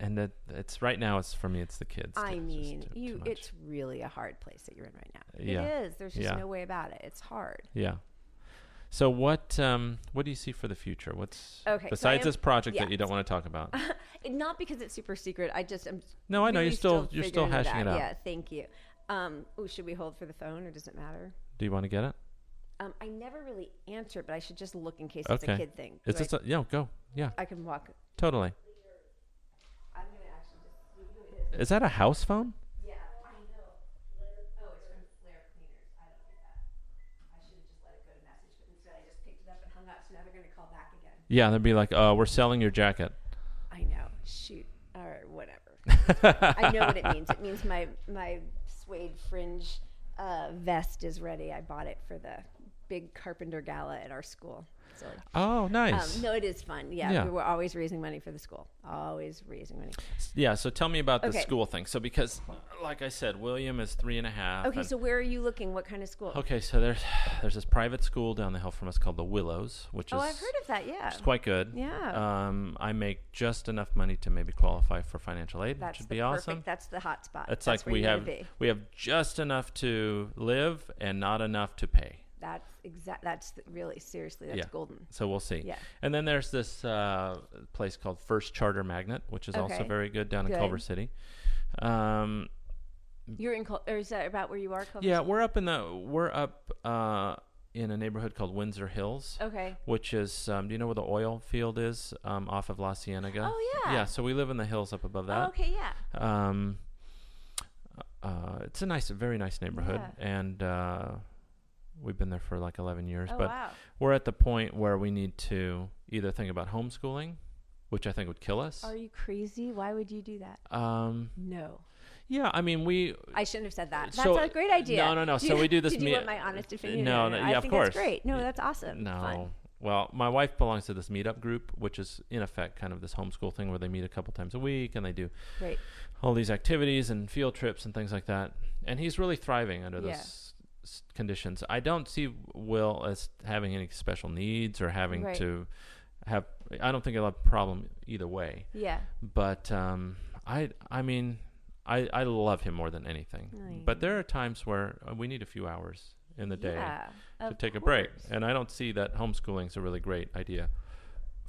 and that it's right now. It's for me. It's the kids.
I
It's just
mean,
too- too
you.
much.
It's really a hard place that you're in right now.
Yeah.
It is. There's just
Yeah.
no way about it. It's hard.
yeah. So what um what do you see for the future? What's
Okay, so I
besides
am-
this project
yeah,
that you don't want to talk about?
It- not because it's super secret. I just am.
No, I know, you're
really
still- you're still
figuring
hashing it
out.
out.
Yeah. Thank you. Um, ooh, should we hold for the phone, or does it matter?
Do you want to get it?
Um, I never really answer, but I should just look in case it's
Okay.
a kid thing.
Is
Do I-
this a, yeah? Go yeah.
I can walk.
Totally.
I'm gonna actually just.
Is that a house phone?
Yeah, I know. Oh, it's from Flair Cleaners. I don't get that. I should have just let it go to message, but instead I just picked it up and hung up. So now they're gonna call back again.
Yeah, they'd be like, uh, we're selling your jacket.
I know. Shoot. All right. Whatever. I know what it means. It means my my suede fringe uh, vest is ready. I bought it for the big carpenter gala at our school. Silly.
Oh, nice.
Um, no, it is fun. Yeah,
Yeah.
we were always raising money for the school. Always raising money.
Yeah, so tell me about the
Okay.
school thing. So because, like I said, William is three and a half.
Okay,
and-
so where are you looking? What kind of school?
okay, so there's there's this private school down the hill from us called the Willows, which
Oh,
is
I've heard of that. Yeah.
it's quite good.
Yeah.
Um, I make just enough money to maybe qualify for financial aid, which
That's
would
the
be
perfect,
awesome.
That's the hot spot.
It's
That's
like
where
we
you wanna
have
Be.
we have just enough to live and not enough to pay.
That's exact. That's the- really seriously. That's
Yeah.
golden.
So we'll see.
Yeah.
And then there's this uh, place called First Charter Magnet, which is also
Okay.
very good down
Good.
in Culver City. Um,
You're in, Col- or is that about where you are? Culver
Yeah,
City?
we're up in the we're up uh, in a neighborhood called Windsor Hills,
Okay.
which is um, do you know where the oil field is um, off of La Cienega?
Oh, yeah.
Yeah, so we live in the hills up above
Oh,
that.
okay. Yeah.
Um, uh, it's a nice, very nice neighborhood,
Yeah.
and uh, we've been there for like eleven years.
Oh
but
wow.
we're at the point where we need to either think about homeschooling, which I think would kill us.
Are you crazy? Why would you do that?
um,
No.
yeah, I mean we
I shouldn't have said that. That's
So- uh,
a great idea.
no, no, no.
Do
So
you-
we do this
Did you
me- uh,
want my honest opinion?
No,
on
no,
it?
yeah,
I
of
think
course.
That's great. No,
Y-
that's awesome.
No.
Fun.
Well, my wife belongs to this meetup group, which is in effect kind of this homeschool thing where they meet a couple times a week and they do
Great.
all these activities and field trips and things like that. And he's really thriving under
Yeah.
those s- conditions. I don't see Will as having any special needs or having
Right.
to have. I don't think he'll have a problem either way.
Yeah.
But um, I, I mean, I, I love him more than anything. But there are times where uh, we need a few hours in the day
Yeah.
to
of
take a break.
course.
And I don't see that homeschooling's a really great idea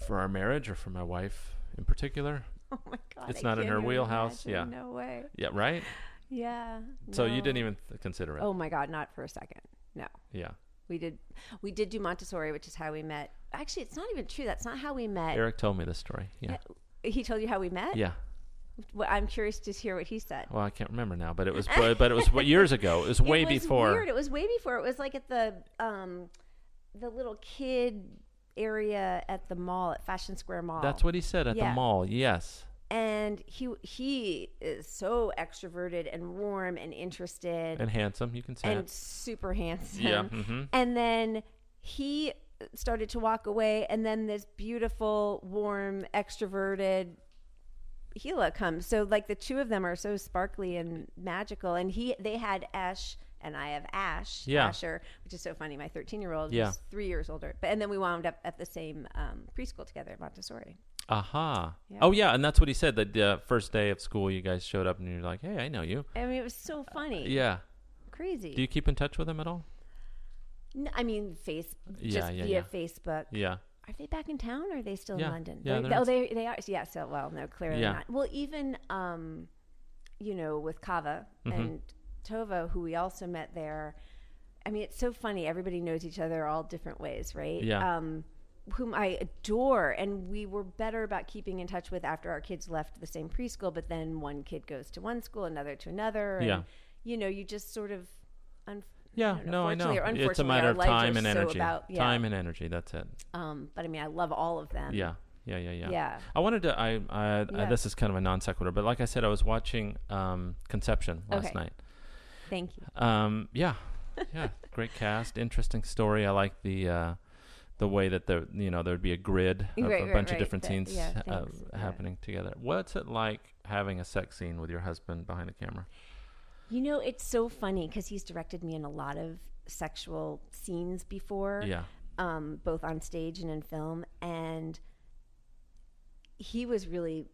for our marriage or for my wife in particular.
Oh my god.
It's
I
not in
can't
her
even
wheelhouse,
imagine.
yeah.
No way.
Yeah, right?
Yeah.
So you
no.
didn't even th- consider it.
Oh my god, not for a second. No.
Yeah.
We did we did do Montessori, which is how we met. Actually, it's not even true. That's not how we met.
Eric told me this story. Yeah.
He told you how we met?
Yeah.
Well, I'm curious to hear what he said.
Well, I can't remember now, but it was but, but it was what years ago. It was way
it was
before.
Weird. It was way before. It was like at the um the little kid area at the mall at Fashion Square Mall.
That's what he said at
Yeah.
the mall. Yes.
And he he is so extroverted and warm and interested
And handsome, you can say.
and
it.
super handsome.
Yeah. hmm
And then he started to walk away, and then this beautiful, warm, extroverted Gila comes. So like the two of them are so sparkly and magical, and he they had Ash. And I have Ash,
Yeah.
Asher, which is so funny. My 13 year old
Yeah.
is three years older. But, and then we wound up at the same um, preschool together at Montessori.
Aha.
Yeah.
Oh yeah, and that's what he said. That uh, first day of school, you guys showed up and you're like, "Hey, I know you."
I mean, it was so funny.
Uh, Yeah.
Crazy.
Do you keep in touch with him at all?
N- I mean, face,
Yeah,
just
yeah,
via
yeah.
Facebook.
Yeah.
Are they back in town or are they still
Yeah.
in London?
Yeah,
They-
they're in-
oh, they they are. Yeah, so well, no, clearly
Yeah.
not. Well, even um, you know, with Kava
Mm-hmm.
and Tova, who we also met there. I mean, it's so funny. Everybody knows each other all different ways, right?
Yeah.
Um, whom I adore, and we were better about keeping in touch with after our kids left the same preschool. But then one kid goes to one school, another to another. And,
Yeah.
You know, you just sort of. Un-
Yeah.
don't know,
No, I know.
fortunately or
It's a
unfortunately,
matter
our
of
lives are
time and
so
energy.
about- yeah.
Time and energy. That's it.
um, but I mean, I love all of them.
Yeah. Yeah. Yeah. Yeah.
Yeah.
I wanted to. I. I, I
Yeah.
this is kind of a non sequitur, but like I said, I was watching um, Conception last
Okay.
night.
Thank you.
Um, yeah, yeah, great cast, interesting story. I like the uh, the way that there, you know, there would be a grid of
Right,
a
right,
bunch
right,
of different
that-
scenes
yeah,
ha- uh,
thanks, yeah.
happening together. What's it like having a sex scene with your husband behind the camera?
You know, it's so funny because he's directed me in a lot of sexual scenes before,
Yeah,
um, both on stage and in film. And he was really,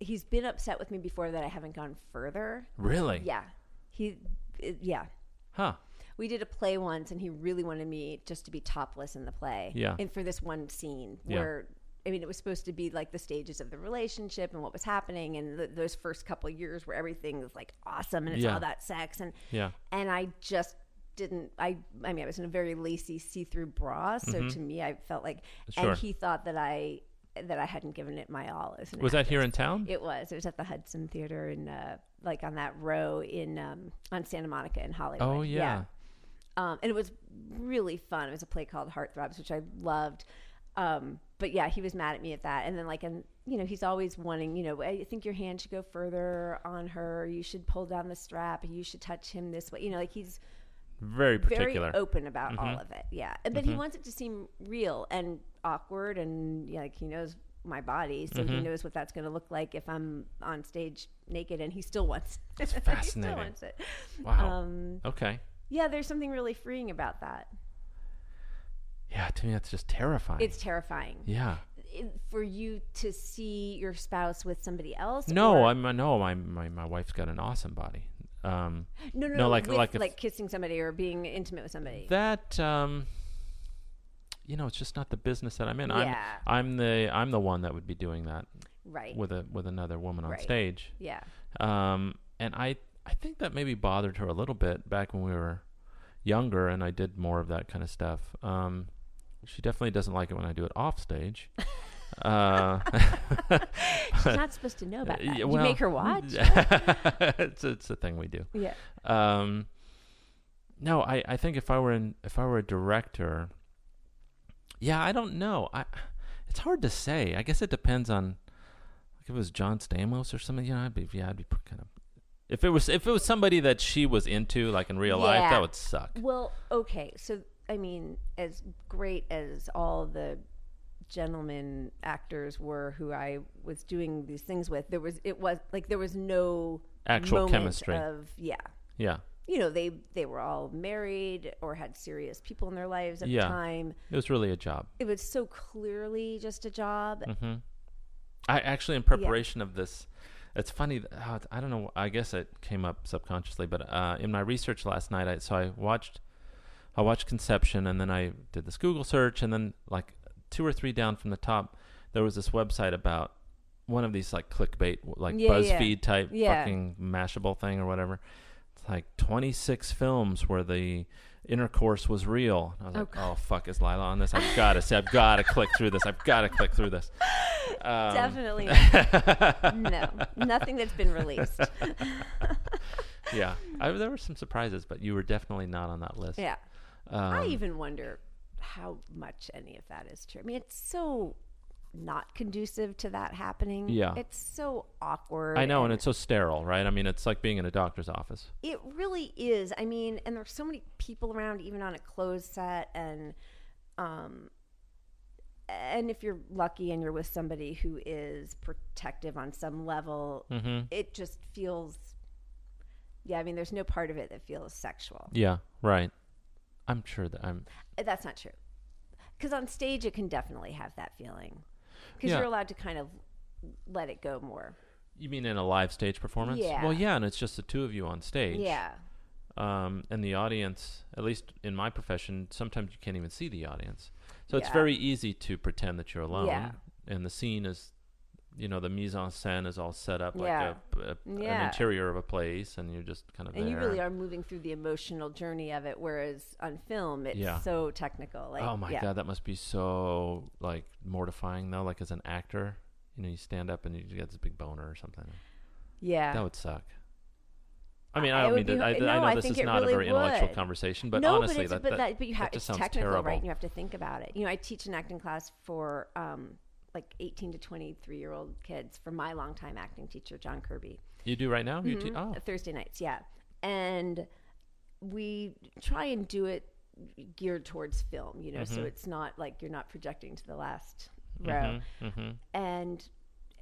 he's been upset with me before that I haven't gone further.
really?
Yeah. He, it- yeah.
Huh?
We did a play once and he really wanted me just to be topless in the play.
Yeah.
And for this one scene
Yeah.
where, I mean, it was supposed to be like the stages of the relationship and what was happening and th those first couple of years where everything was like awesome and it's
Yeah.
all that sex. And,
Yeah,
and I just didn't I I mean I was in a very lacy see-through bra so to me I felt like
Mm-hmm. Sure.
and he thought that I that I hadn't given it my all as an
was that
actress.
here in town?
It was it was at the Hudson Theater in uh like on that row in um on Santa Monica in Hollywood
oh yeah.
um, and it was really fun. It was a play called Heartthrobs, which I loved. Um, but yeah, he was mad at me at that. And then like, and you know, he's always wanting, you know, I think your hand should go further on her. You should pull down the strap. You should touch him this way. You know, like he's
very particular. Mm-hmm.
very open about all of it. Yeah. And- But he wants it to seem real and awkward. And yeah, like he knows my body. So
Mm-hmm.
he knows what that's going to look like if I'm on stage naked and he still wants it.
fascinating.
he still wants it.
wow.
Um,
okay.
yeah. There's something really freeing about that.
Yeah, to me that's just terrifying.
It's terrifying
yeah.
It- for you to see your spouse with somebody else.
No,
or-
I'm. uh, No, my my my wife's got an awesome body. Um,
no, no,
no, like-
like with,
like
like,
if-
kissing somebody or being intimate with somebody.
that um you know it's just not the business that i'm in
Yeah.
i'm i'm the i'm the one that would be doing that
right.
with a with another woman on
Right.
stage
yeah.
um and i i think that maybe bothered her a little bit back when we were younger and i did more of that kind of stuff um she definitely doesn't like it when i do it off stage uh
She's not supposed to know Oh, about
yeah,
that.
well-
you make her watch.
it's it's a thing we do
yeah.
um no i i think if i were in if i were a director yeah i don't know i it's hard to say i guess it depends on like if it was john stamos or something you know i'd be yeah i'd be pr- kind of if it was if it was somebody that she was into like in real life
Yeah.
that would suck
Well, okay. So, I mean, as great as all the gentlemen actors were who I was doing these things with, there was it was like there was no
Actual
moment
chemistry.
of yeah.
yeah
You know, they they were all married or had serious people in their lives at
Yeah.
the time.
it was really a job
it was so clearly just a job.
Mm-hmm. I actually, in preparation of this, it's funny. th- How it- I don't know. I guess it came up subconsciously, but uh, in my research last night, I so I watched, I watched Conception, and then I did this Google search, and then like two or three down from the top, there was this website about one of these like clickbait, w- like
Yeah, yeah.
BuzzFeed type
Yeah.
fucking mashable thing or whatever. It's like twenty six films where the intercourse was real. And I was like, oh fuck, is Lila on this? I've got to see. I've got to click through this. I've got to click through this. Um,
Definitely not. no, nothing that's been released.
yeah, I, there were some surprises, but you were definitely not on that list.
Yeah,
Um,
I even wonder how much any of that is true. I mean, it's so not conducive to that happening.
Yeah.
It's so awkward.
I know, and it's so sterile, right? I mean, it's like being in a doctor's office.
It really is. I mean, and there's so many people around, even on a closed set, and um, and if you're lucky and you're with somebody who is protective on some level,
Mm-hmm.
it just feels. Yeah, I mean, there's no part of it that feels sexual.
Yeah, right. I'm sure that I'm.
That's not true, because on stage it can definitely have that feeling, because
Yeah.
you're allowed to kind of let it go more.
You mean in a live stage performance?
Yeah.
Well, yeah, and it's just the two of you on stage.
Yeah,
um, and the audience, at least in my profession, sometimes you can't even see the audience. So it's
Yeah.
very easy to pretend that you're alone.
Yeah.
And the scene is, you know, the mise en scène is all set up like
Yeah.
a, a, an
Yeah.
interior of a place, and you're just kind of
and
there.
you really are moving through the emotional journey of it, whereas on film it's
Yeah.
so technical. Like,
oh my
yeah.
god, that must be so like mortifying though. Like as an actor, you know, you stand up and you get this big boner or something.
Yeah.
That would suck. I mean, I,
I
don't
would
mean to.
be-
I, I
no,
know
I
this
think
is
it
not
really
a very intellectual
would.
conversation, but
no,
honestly,
but it's,
that,
but
that,
that, but you have
just
it's
sounds
technical,
terrible.
right? And you have to think about it. You know, I teach an acting class for um, like 18 to 23 year old kids for my longtime acting teacher, John Kirby.
you do right now. You
Mm-hmm.
te- oh,
Thursday nights, yeah. And we try and do it geared towards film, you know,
Mm-hmm.
so it's not like you're not projecting to the last row.
Mm-hmm,
And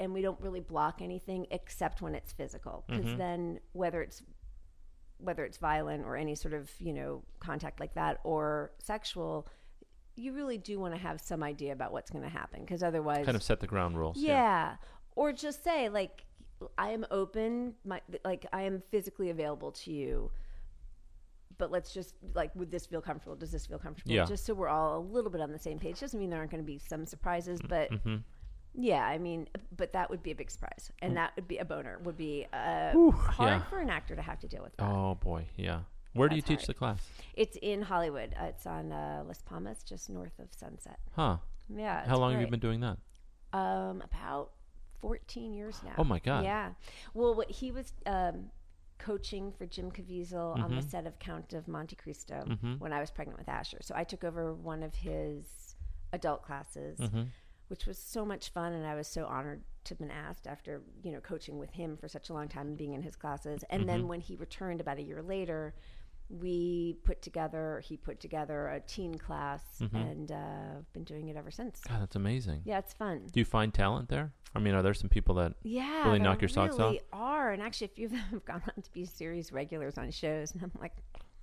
and we don't really block anything except when it's physical because
Mm-hmm.
then whether it's whether it's violent or any sort of, you know, contact like that or sexual, you really do want to have some idea about what's going to happen because otherwise
kind of set the ground rules.
yeah. Or just say like I am open, my like I am physically available to you. But let's just like would this feel comfortable? Does this feel comfortable?
Yeah.
Just so we're all a little bit on the same page. Doesn't mean there aren't going to be some surprises,
Mm-hmm.
but yeah, I mean, but that would be a big surprise, and that would be a boner. Would be uh, hard
Mm. yeah.
for an actor to have to deal with. That.
Oh boy, yeah. Where do you
That's
teach
hard.
the class?
It's in Hollywood. Uh, it's on uh, Las Palmas, just north of Sunset.
Huh?
Yeah.
How
it's
long have
great.
you been doing that?
um, about 14 years now.
Oh, my God.
Yeah. Well, what he was um, coaching for Jim Caviezel on the set of Count of Monte Cristo when I was pregnant with Asher. So I took over one of his adult classes, which was so much fun, and I was so honored to have been asked after you know coaching with him for such a long time and being in his classes. And then when he returned about a year later. We put together, he put together a teen class, and uh, I've been doing it ever since.
God, that's amazing.
Yeah, it's fun.
Do you find talent there? I mean, are there some people that?
Yeah,
really
there
knock your socks off?
really Are and actually, a few of them have gone on to be series regulars on shows, and I'm like,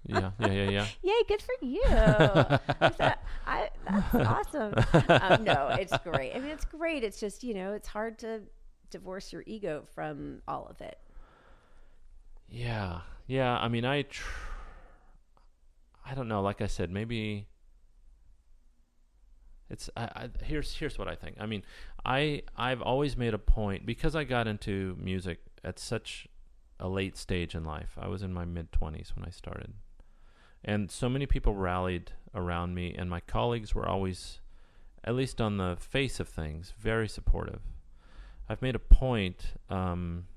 Yeah, yeah, yeah, yeah.
yay, good for you! I said, I, that's awesome. Um, no, it's great. I mean, it's great. It's just you know, it's hard to divorce your ego from all of it.
Yeah, yeah. I mean, I, tr- I don't know. Like I said, maybe it's. I, I here's here's what I think. I mean, I I've always made a point because I got into music at such a late stage in life. I was in my mid twenties when I started, and so many people rallied around me, and my colleagues were always, at least on the face of things, very supportive. I've made a point. Um,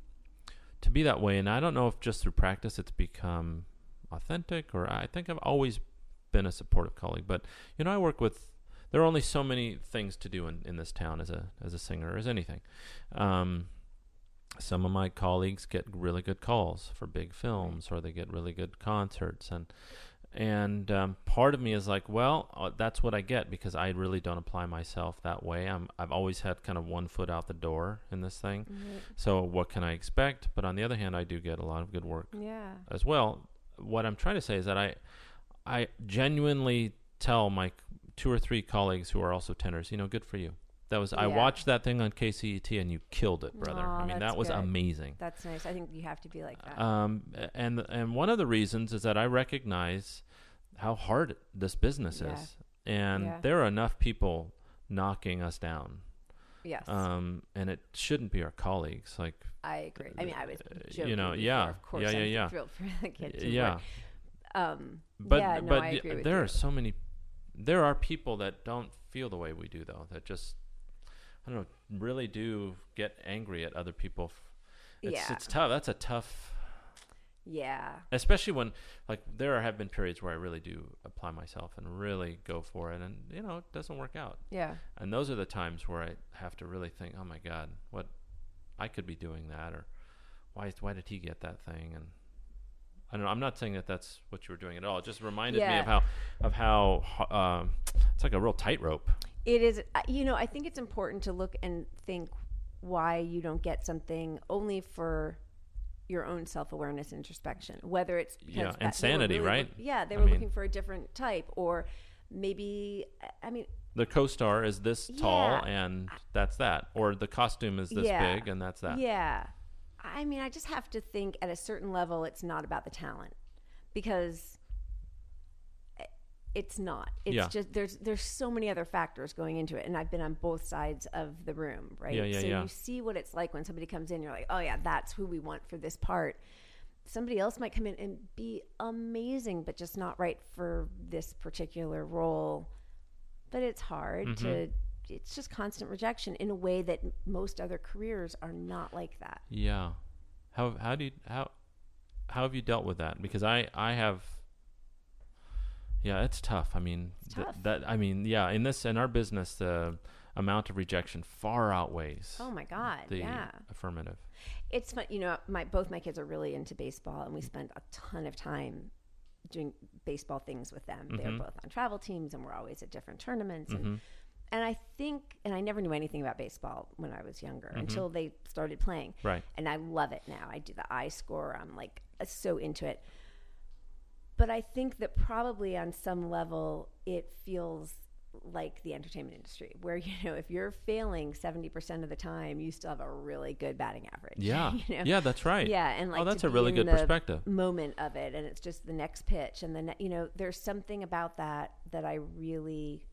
to be that way and i don't know if just through practice it's become authentic or i think i've always been a supportive colleague but you know i work with there are only so many things to do in, in this town as a as a singer as anything um, some of my colleagues get really good calls for big films or they get really good concerts and and um, part of me is like well uh, that's what i get because i really don't apply myself that way I'm, i've always had kind of one foot out the door in this thing so what can I expect? But on the other hand, I do get a lot of good work
Yeah,
as well. What I'm trying to say is that I, I genuinely tell my two or three colleagues who are also tenors, you know, good for you. That was I
Yeah.
watched that thing on KCET and you killed it, brother.
Aw,
I mean,
that's
that was
good.
amazing.
that's nice. I think you have to be like that.
Um, and and one of the reasons is that I recognize how hard this business
Yeah.
is, and
Yeah.
there are enough people knocking us down.
yes,
Um, and it shouldn't be our colleagues. Like
I agree. I mean, I was joking.
uh, you know,
before,
yeah,
of course,
yeah, yeah,
I'm
yeah.
Thrilled for the kid. to
yeah.
work. Um,
but
yeah, no,
but
I
y-
agree with
there
you.
are so many there are people that don't feel the way we do though that just i don't know really do get angry at other people f- it's
Yeah.
it's tough that's a tough
Yeah.
especially when like there have been periods where I really do apply myself and really go for it, and you know it doesn't work out.
Yeah.
And those are the times where I have to really think, oh my God, what I could be doing that, or why is- why did he get that thing? And I don't know. I'm not saying that that's what you were doing at all. It just reminded me
Yeah.
of how of how ho- um, it's like a real tightrope.
It is, I- you know, I think it's important to look and think why you don't get something only for your own self awareness introspection, whether it's because
Yeah,
that- they were
insanity,
really
right?
look- yeah, they
I
were
mean-
looking for a different type, or maybe, I- I mean,
The co-star is this
Yeah.
tall, and that's that, or the costume is this
Yeah.
big, and that's that.
yeah. I mean, I just have to think at a certain level, it's not about the talent because eh, it's not. It's
Yeah.
just there's there's so many other factors going into it, and I've been on both sides of the room, right?
Yeah, yeah,
so
yeah.
you see what it's like when somebody comes in. You're like, oh yeah, that's who we want for this part. Somebody else might come in and be amazing, but just not right for this particular role. But it's hard
Mm-hmm.
to. It's just constant rejection in a way that m- most other careers are not like that.
Yeah. How how do you how how have you dealt with that? Because I I have Yeah, it's tough. I mean th-
tough.
that I mean, yeah, in this in our business the amount of rejection far outweighs
Oh my god!
the
yeah,
affirmative.
it's fun. You know, my both my kids are really into baseball, and we spend a ton of time doing baseball things with them. They're both on travel teams, and we're always at different tournaments. And, and I think, and I never knew anything about baseball when I was younger until they started playing.
Right.
And I love it now. I do the I score. I'm like so into it. But I think that probably on some level it feels like the entertainment industry, where you know if you're failing seventy percent of the time, you still have a really good batting average.
Yeah.
you know?
Yeah, that's right.
Yeah, and like
oh,
to
that's a
be
really
in
good
the
perspective.
Moment of it, and it's just the next pitch, and then you know, there's something about that that I really,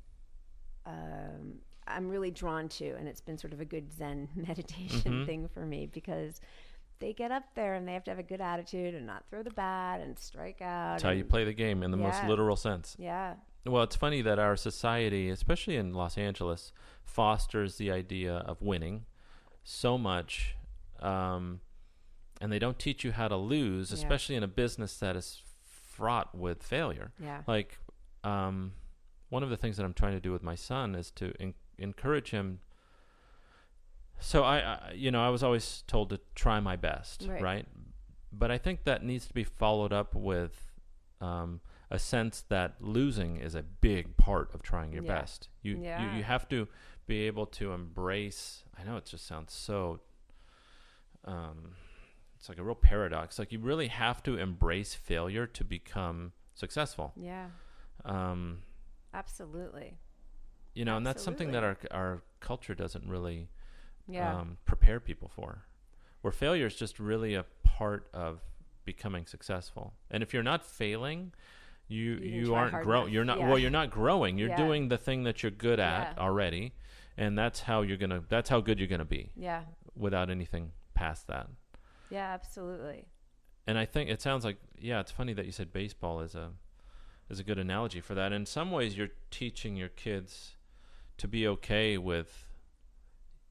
um, I'm really drawn to, and it's been sort of a good Zen meditation
Mm-hmm.
thing for me because they get up there and they have to have a good attitude and not throw the bat and strike out.
That's how you
and-
play the game in the most
Yeah.
literal sense.
Yeah,
Well, it's funny that our society, especially in Los Angeles, fosters the idea of winning so much, um, and they don't teach you how to lose,
Yeah.
especially in a business that is fraught with failure.
yeah,
Like, um, one of the things that I'm trying to do with my son is to en- encourage him. So I, I, you know, I was always told to try my best,
Right.
right? But I think that needs to be followed up with um, a sense that losing is a big part of trying your
Yeah.
best. You,
Yeah.
you you have to be able to embrace. I know it just sounds so. Um, it's like a real paradox. Like you really have to embrace failure to become successful.
yeah,
Um,
absolutely.
you know, and that's something that our
Absolutely.
our culture doesn't really
Yeah,
um, prepare people for, where failure is just really a part of becoming successful. And if you're not failing, you
didn't
you,
try
aren't
hard
grow.
enough.
You're not
Yeah.
well. You're not growing. You're
Yeah.
doing the thing that you're good at
Yeah.
already, and that's how you're gonna. That's how good you're gonna be
yeah,
without anything past that.
yeah, absolutely.
and I think it sounds like yeah, it's funny that you said baseball is a is a good analogy for that. In some ways, you're teaching your kids to be okay with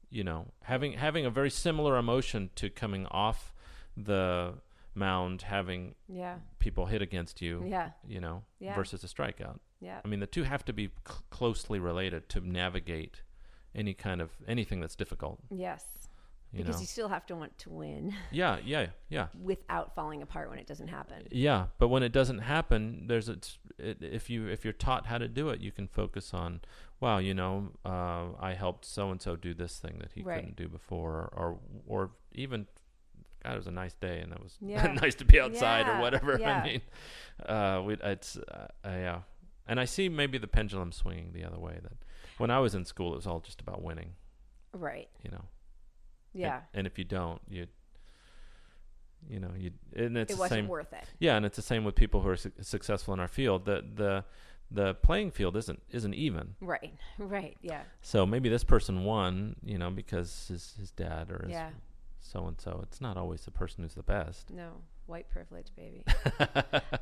you know having having a very similar emotion to coming off the mound, having
Yeah,
people hit against you,
yeah,
you know,
Yeah.
versus a strikeout.
yeah,
I mean, the two have to be cl- closely related to navigate any kind of anything that's difficult.
yes.
You
because
know,
you still have to want to win
yeah, yeah, yeah.
without falling apart when it doesn't happen.
Yeah, but when it doesn't happen, there's it's it, if you if you're taught how to do it, you can focus on wow, you know, uh, I helped so and so do this thing that he
Right.
couldn't do before, or or even God, it was a nice day and it was
Yeah.
nice to be outside
Yeah,
or whatever.
yeah.
I mean, uh, we it's uh, uh, yeah, and I see maybe the pendulum swinging the other way. That when I was in school, it was all just about winning,
Right.
you know. And-
Yeah.
and, if you don't, you you know you and it's
it
the
wasn't
same
worth it.
yeah, and it's the same with people who are su- successful in our field. The the the playing field isn't isn't even.
Right. Right. Yeah.
So maybe this person won, you know, because his his dad or his
Yeah.
so and so. It's not always the person who's the best.
No. White privilege, baby.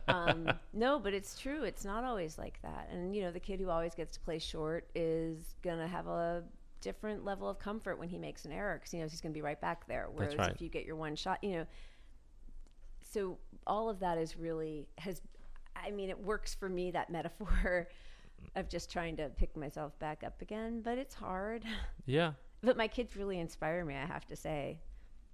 um, no, but it's true. It's not always like that. And, you know, the kid who always gets to play short is going to have a different level of comfort when he makes an error because he knows he's going to be right back there. Whereas
right.
if you get your one shot, you know, so all of that is really has i mean it works for me that metaphor of just trying to pick myself back up again but it's hard
Yeah.
but my kids really inspire me i have to say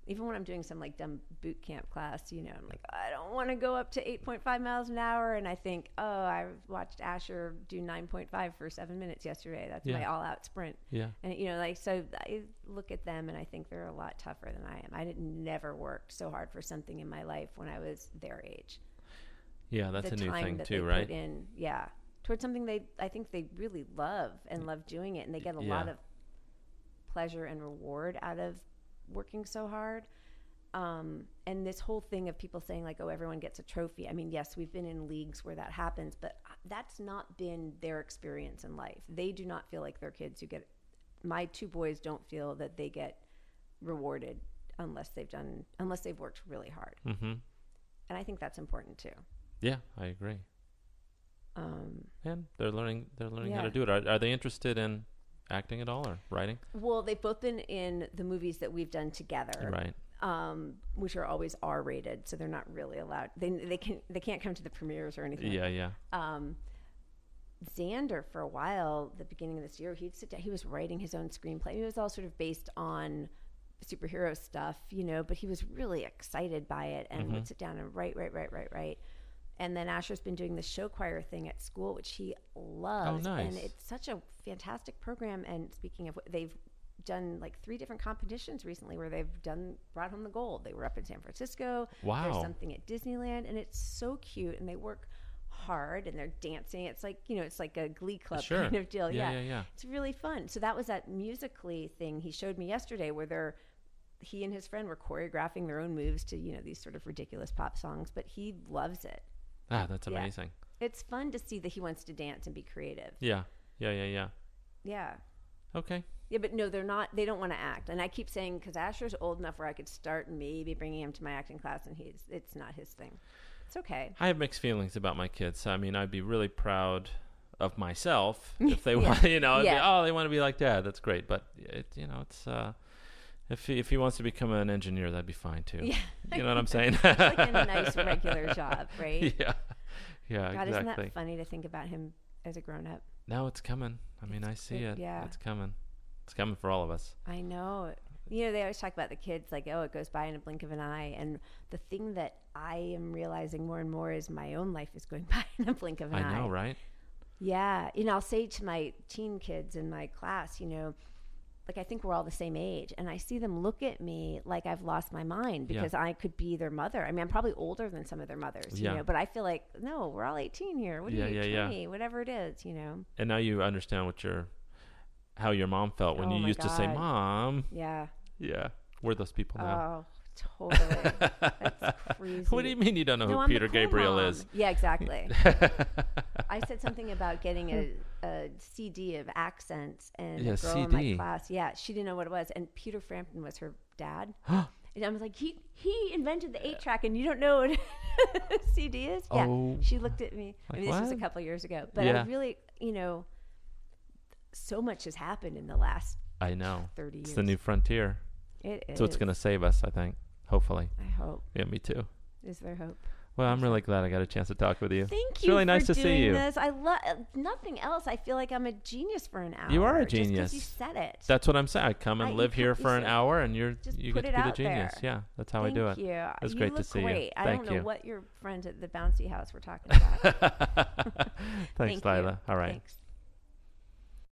even when i'm doing some like dumb boot camp class you know i'm like i don't want to go up to 8.5 miles an hour and i think oh i watched asher do 9.5 for seven minutes yesterday that's my
Yeah.
all out sprint
Yeah.
and you know like so i look at them and i think they're a lot tougher than i am i didn't never worked so hard for something in my life when i was their age
Yeah. That's
the
a new
time
thing
that
too,
they
right?
put in yeah towards something they i think they really love and love doing it and they get a lot
Yeah.
of pleasure and reward out of working so hard um, and this whole thing of people saying like oh everyone gets a trophy i mean yes we've been in leagues where that happens but uh, that's not been their experience in life they do not feel like their kids who get my two boys don't feel that they get rewarded unless they've done unless they've worked really hard
Mm-hmm.
and i think that's important too
Yeah, I agree.
um,
And they're learning. They're learning how to
Yeah.
do it. Are, are they interested in acting at all or writing?
Well, they've both been in the movies that we've done together,
Right.
um, which are always R rated, so they're not really allowed. They they can they can't come to the premieres or anything.
Yeah. Yeah.
Um, Xander, for a while, the beginning of this year, he'd sit down. He was writing his own screenplay. It was all sort of based on superhero stuff, you know, but he was really excited by it and would sit down and write, write, write, write, write. And then Asher's been doing the show choir thing at school, which he loves.
nice.
And it's such a fantastic program. And speaking of, wh- they've done like three different competitions recently where they've done brought home the gold. They were up in San Francisco.
Wow.
There's something at Disneyland, and it's so cute. And they work hard, and they're dancing. It's like you know, it's like a Glee Club
Sure.
kind of deal.
Yeah,
Yeah,
yeah, yeah.
It's really fun. So that was that musically thing he showed me yesterday, where they're he and his friend were choreographing their own moves to you know these sort of ridiculous pop songs, but he loves it.
Ah, that's
Yeah.
amazing.
It's fun to see that he wants to dance and be creative.
Yeah. Yeah. Yeah. Yeah.
Yeah.
Okay.
Yeah, but no, they're not. They don't want to act, and I keep saying because Asher's old enough where I could start maybe bringing him to my acting class, and he's—it's not his thing. It's okay.
I have mixed feelings about my kids. I mean, I'd be really proud of myself if they want, you know, it'd be,
Yeah.
oh, they want to be like dad. That's great, but it, you know, it's uh, if he, if he wants to become an engineer, that'd be fine too.
Yeah.
You know what I'm saying?
like a nice regular job, right?
yeah, yeah,
God, isn't
exactly.
that funny to think about him as a grown up?
No, it's coming. I mean, I see
it-
it.
yeah.
it's coming. It's coming for all of us.
I know. You know, they always talk about the kids like, oh, it goes by in a blink of an eye. And the thing that I am realizing more and more is my own life is going by in a blink of an
I
eye.
know, right?
Yeah. You know, I'll say to my teen kids in my class, you know, like I think we're all the same age. And I see them look at me like I've lost my mind
Yeah.
because I could be their mother. I mean, I'm probably older than some of their mothers, you
Yeah.
know, but I feel like, no, we're all 18 here. What are
Yeah,
you,
yeah, yeah.
20, whatever it is, you know?
And now you understand what your how your mom felt when
Oh
you
my
used to say,
God.
"Mom."
Yeah.
Yeah, we're those people now.
Oh, totally. That's crazy.
What do you mean you don't know
No,
who
I'm the
Peter
cool
Gabriel
mom.
is?
Yeah, exactly. I said something about getting a, a CD of accents, and
Yeah,
a girl in my
CD.
class, yeah, she didn't know what it was, and Peter Frampton was her dad. And I was like, he he invented the eight track, and you don't know what CD is? Yeah.
Oh.
She looked at me. I
Like,
mean, this was a
what?
couple years ago, but
Yeah.
I really, you know, so much has happened in the last
I know.
thirty years.
It's the new frontier.
It
So it's
is.
going to save us, I think. Hopefully.
I hope.
Yeah, me too.
Is there hope?
Well, I'm really glad I got a chance to talk with you.
Thank
It's
you.
really
for
nice to
doing
see you.
This. I love nothing else. I feel like I'm a genius for an hour.
You are a
just 'cause you
genius.
said it.
That's what I'm saying. I come and
I- you
live
put-
here
you
for an
said-
hour, and you're
just
you
put
get to
it
be the
out
genius.
there.
Yeah, that's how
Thank
I do it.
You.
It's
You
great to
look
see you.
great. I
Thank
don't know
you.
what your friends at the bouncy house were talking about.
Thanks,
Thank you.
Lila. All right.
Thanks.